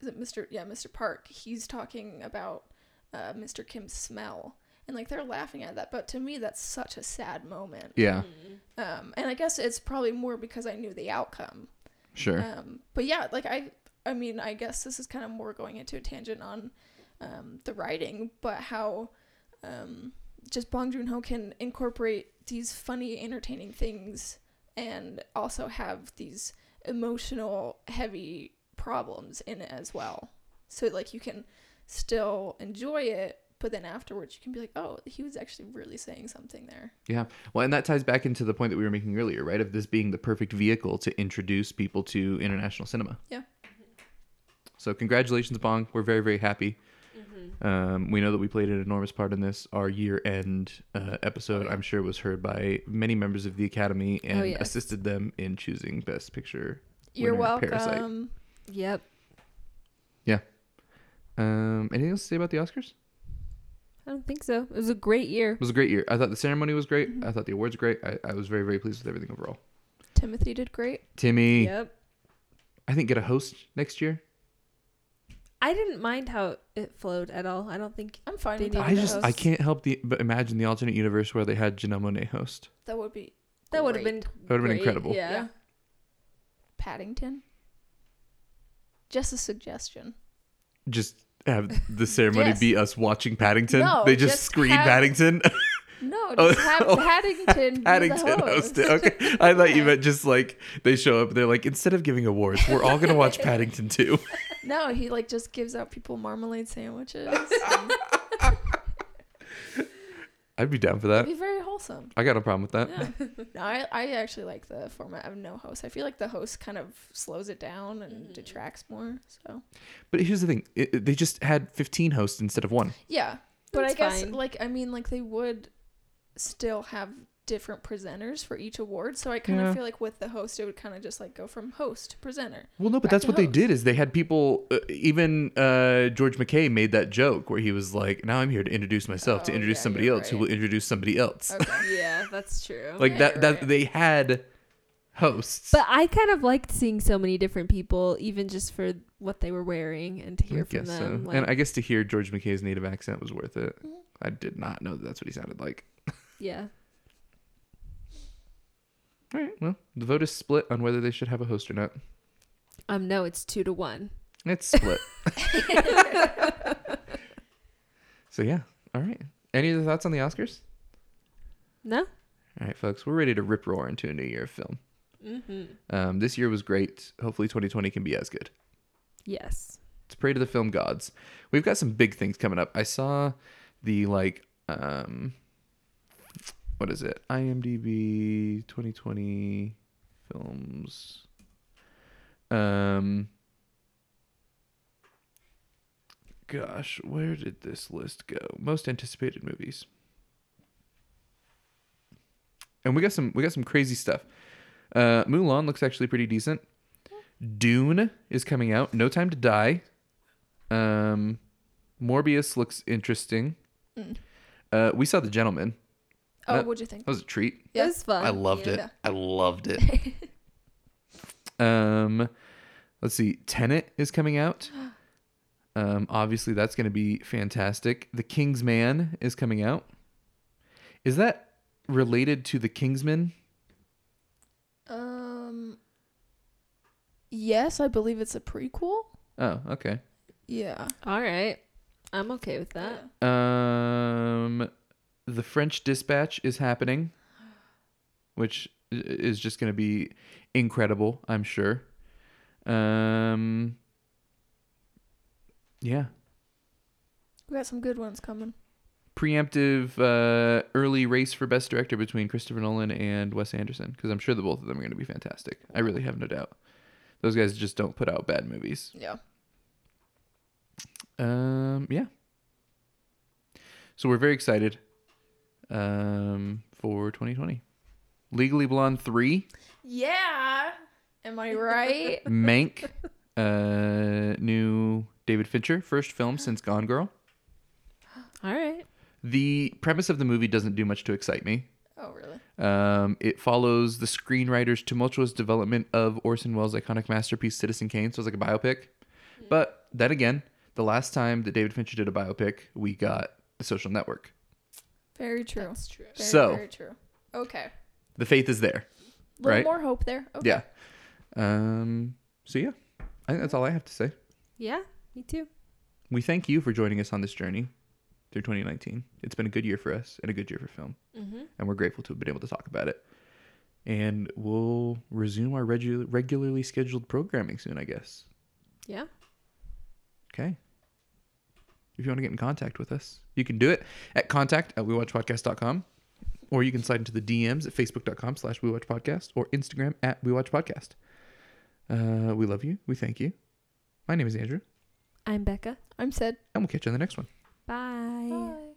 S2: is it Mr. Yeah, Mr. Park. He's talking about uh, Mr. Kim's smell, and like they're laughing at that. But to me, that's such a sad moment.
S3: Yeah,
S2: Um, and I guess it's probably more because I knew the outcome.
S3: sure.
S2: Um, but yeah, like I, I mean, I guess this is kind of more going into a tangent on um, the writing, but how um, just Bong Joon Ho can incorporate these funny, entertaining things, and also have these emotional, heavy problems in it as well. So like you can still enjoy it, but then afterwards you can be like, oh, he was actually really saying something there.
S3: Yeah. Well, and that ties back into the point that we were making earlier, right? Of this being the perfect vehicle to introduce people to international cinema.
S2: Yeah.
S3: So, congratulations, Bong. We're very, very happy. Um, we know that we played an enormous part in this. Our year end uh, episode, I'm sure, was heard by many members of the Academy and
S1: yes.
S3: assisted them in choosing Best Picture.
S2: You're
S3: winner,
S2: welcome.
S3: Parasite.
S1: Yep.
S3: Um, anything else to say about the Oscars?
S1: I don't think so. It was a great year.
S3: It was a great year. I thought the ceremony was great. I thought the awards were great. I, I was very, very pleased with everything overall.
S2: Timothy did great.
S3: Timmy,
S1: Yep.
S3: I think get a host next year.
S1: I didn't mind how it flowed at all. I don't think
S2: I'm fine
S1: They
S2: with
S1: need
S2: that.
S3: I just I
S1: hosts.
S3: can't help the but imagine the alternate universe where they had Janelle Monet host.
S2: that would be
S1: that would have
S2: great.
S1: been
S3: That would've been
S1: great.
S3: incredible.
S1: Yeah.
S2: Yeah. Paddington. Just a suggestion.
S3: Just have the ceremony
S2: Yes.
S3: be us watching Paddington.
S2: No,
S3: they just,
S2: just
S3: screen
S2: have-
S3: Paddington.
S2: No,
S3: Oh,
S2: just have
S3: oh,
S2: Paddington. be the
S3: Paddington
S2: host.
S3: host it. Okay, I thought you
S2: Yeah.
S3: meant just like they show up. They're like instead of giving awards, we're all gonna watch Paddington too.
S2: No, he like just gives out people marmalade sandwiches.
S3: I'd be down for that.
S2: It'd be very wholesome.
S3: I got no problem with that.
S2: Yeah. No, I, I actually like the format of no host. I feel like the host kind of slows it down and detracts more. So
S3: But here's the thing: it, it- they just had 15 hosts instead of one.
S2: yeah, but I
S1: That's
S2: guess
S1: fine.
S2: like I mean like they would still have different presenters for each award. So I kind of
S3: Yeah.
S2: feel like with the host, it would kind of just like go from host to presenter.
S3: Well, no, but
S2: Back
S3: that's
S2: to
S3: what they
S2: host.
S3: did is they had people. Uh, even uh, George McKay made that joke where he was like, "Now I'm here to introduce myself to
S2: Oh,
S3: introduce
S2: yeah,
S3: somebody
S2: you're
S3: else who
S2: right.
S3: will introduce somebody else."
S2: Okay.
S1: yeah, that's true.
S3: like
S2: Yeah,
S3: that.
S2: you're
S3: That
S2: right.
S3: they had hosts.
S1: But I kind of liked seeing so many different people, even just for what they were wearing, and to
S3: I
S1: hear from
S3: guess
S1: them.
S3: so.
S1: Like, Mm-hmm.
S3: and I guess to hear George McKay's native accent was worth it.
S2: Mhm.
S3: I did not know that that's what he sounded like.
S1: yeah,
S3: All right. Well, the vote is split on whether they should have a host or not.
S1: um, no, it's two to one.
S3: It's split. so yeah. All right. Any other thoughts on the Oscars?
S1: No.
S3: All right, folks, we're ready to rip roar into a new year of film.
S1: Mm-hmm.
S3: Um, this year was great. Hopefully, 2020 can be as good.
S1: Yes.
S3: Let's pray to the film gods. We've got some big things coming up. I saw the like, um, what is it? IMDb 2020 films. Um, gosh, where did this list go? Most anticipated movies. And we got some we got some crazy stuff. Uh, Mulan looks actually pretty decent. Dune is coming out. No Time to Die. Um, Morbius looks interesting.
S2: Mm.
S3: Uh, we saw The Gentleman.
S2: Oh,
S3: That-
S2: what'd you think?
S3: That was a treat.
S1: It
S2: Yeah.
S1: was fun.
S3: I loved
S1: Oh, yeah.
S3: it.
S2: Yeah.
S3: I loved it. um, let's see. Tenet is coming out. Um, obviously that's going to be fantastic. The King's Man is coming out. Is that related to The Kingsman?
S2: Um. Yes, I believe it's a prequel.
S3: Oh, okay.
S2: Yeah.
S1: All right, I'm okay with that.
S3: Um, the French Dispatch is happening, which i- is just going to be incredible, I'm sure. Um, yeah,
S2: We got some good ones coming.
S3: preemptive uh, early race for best director between Christopher Nolan and Wes Anderson because I'm sure the both of them are going to be fantastic. I really have no doubt. Those guys just don't put out bad movies.
S2: Yeah.
S3: Um, yeah. So we're very excited um, for 2020. Legally Blonde 3,
S2: Yeah. Am I right?
S3: Mank, uh, new David Fincher, first film since Gone Girl.
S1: All right.
S3: The premise of the movie doesn't do much to excite me.
S2: oh, really?
S3: Um, it follows the screenwriter's tumultuous development of Orson Welles' iconic masterpiece Citizen Kane, so it's like a biopic. But that again. The last time that David Fincher did a biopic, we got The Social Network.
S2: Very true.
S1: That's true.
S2: Very,
S3: So-
S2: very true. Okay.
S3: The faith is there.
S2: little
S3: Right.
S2: more hope there. Okay.
S3: Yeah. Um. So yeah, I think that's all I have to say.
S1: Yeah, me too.
S3: We thank you for joining us on this journey through 2019. It's been a good year for us and a good year for film,
S1: Mm-hmm.
S3: and we're grateful to have been able to talk about it. And we'll resume our regu- regularly scheduled programming soon, I guess.
S1: Yeah.
S3: Okay. If you want to get in contact with us, you can do it at contact at wewatchpodcast.com or you can slide into the DMs at facebook.com slash wewatchpodcast or Instagram at wewatchpodcast. Uh, we love you. We thank you. My name is Andrew,
S1: I'm Becca.
S2: I'm said.
S3: and we'll catch you on the next one.
S1: Bye.
S2: Bye.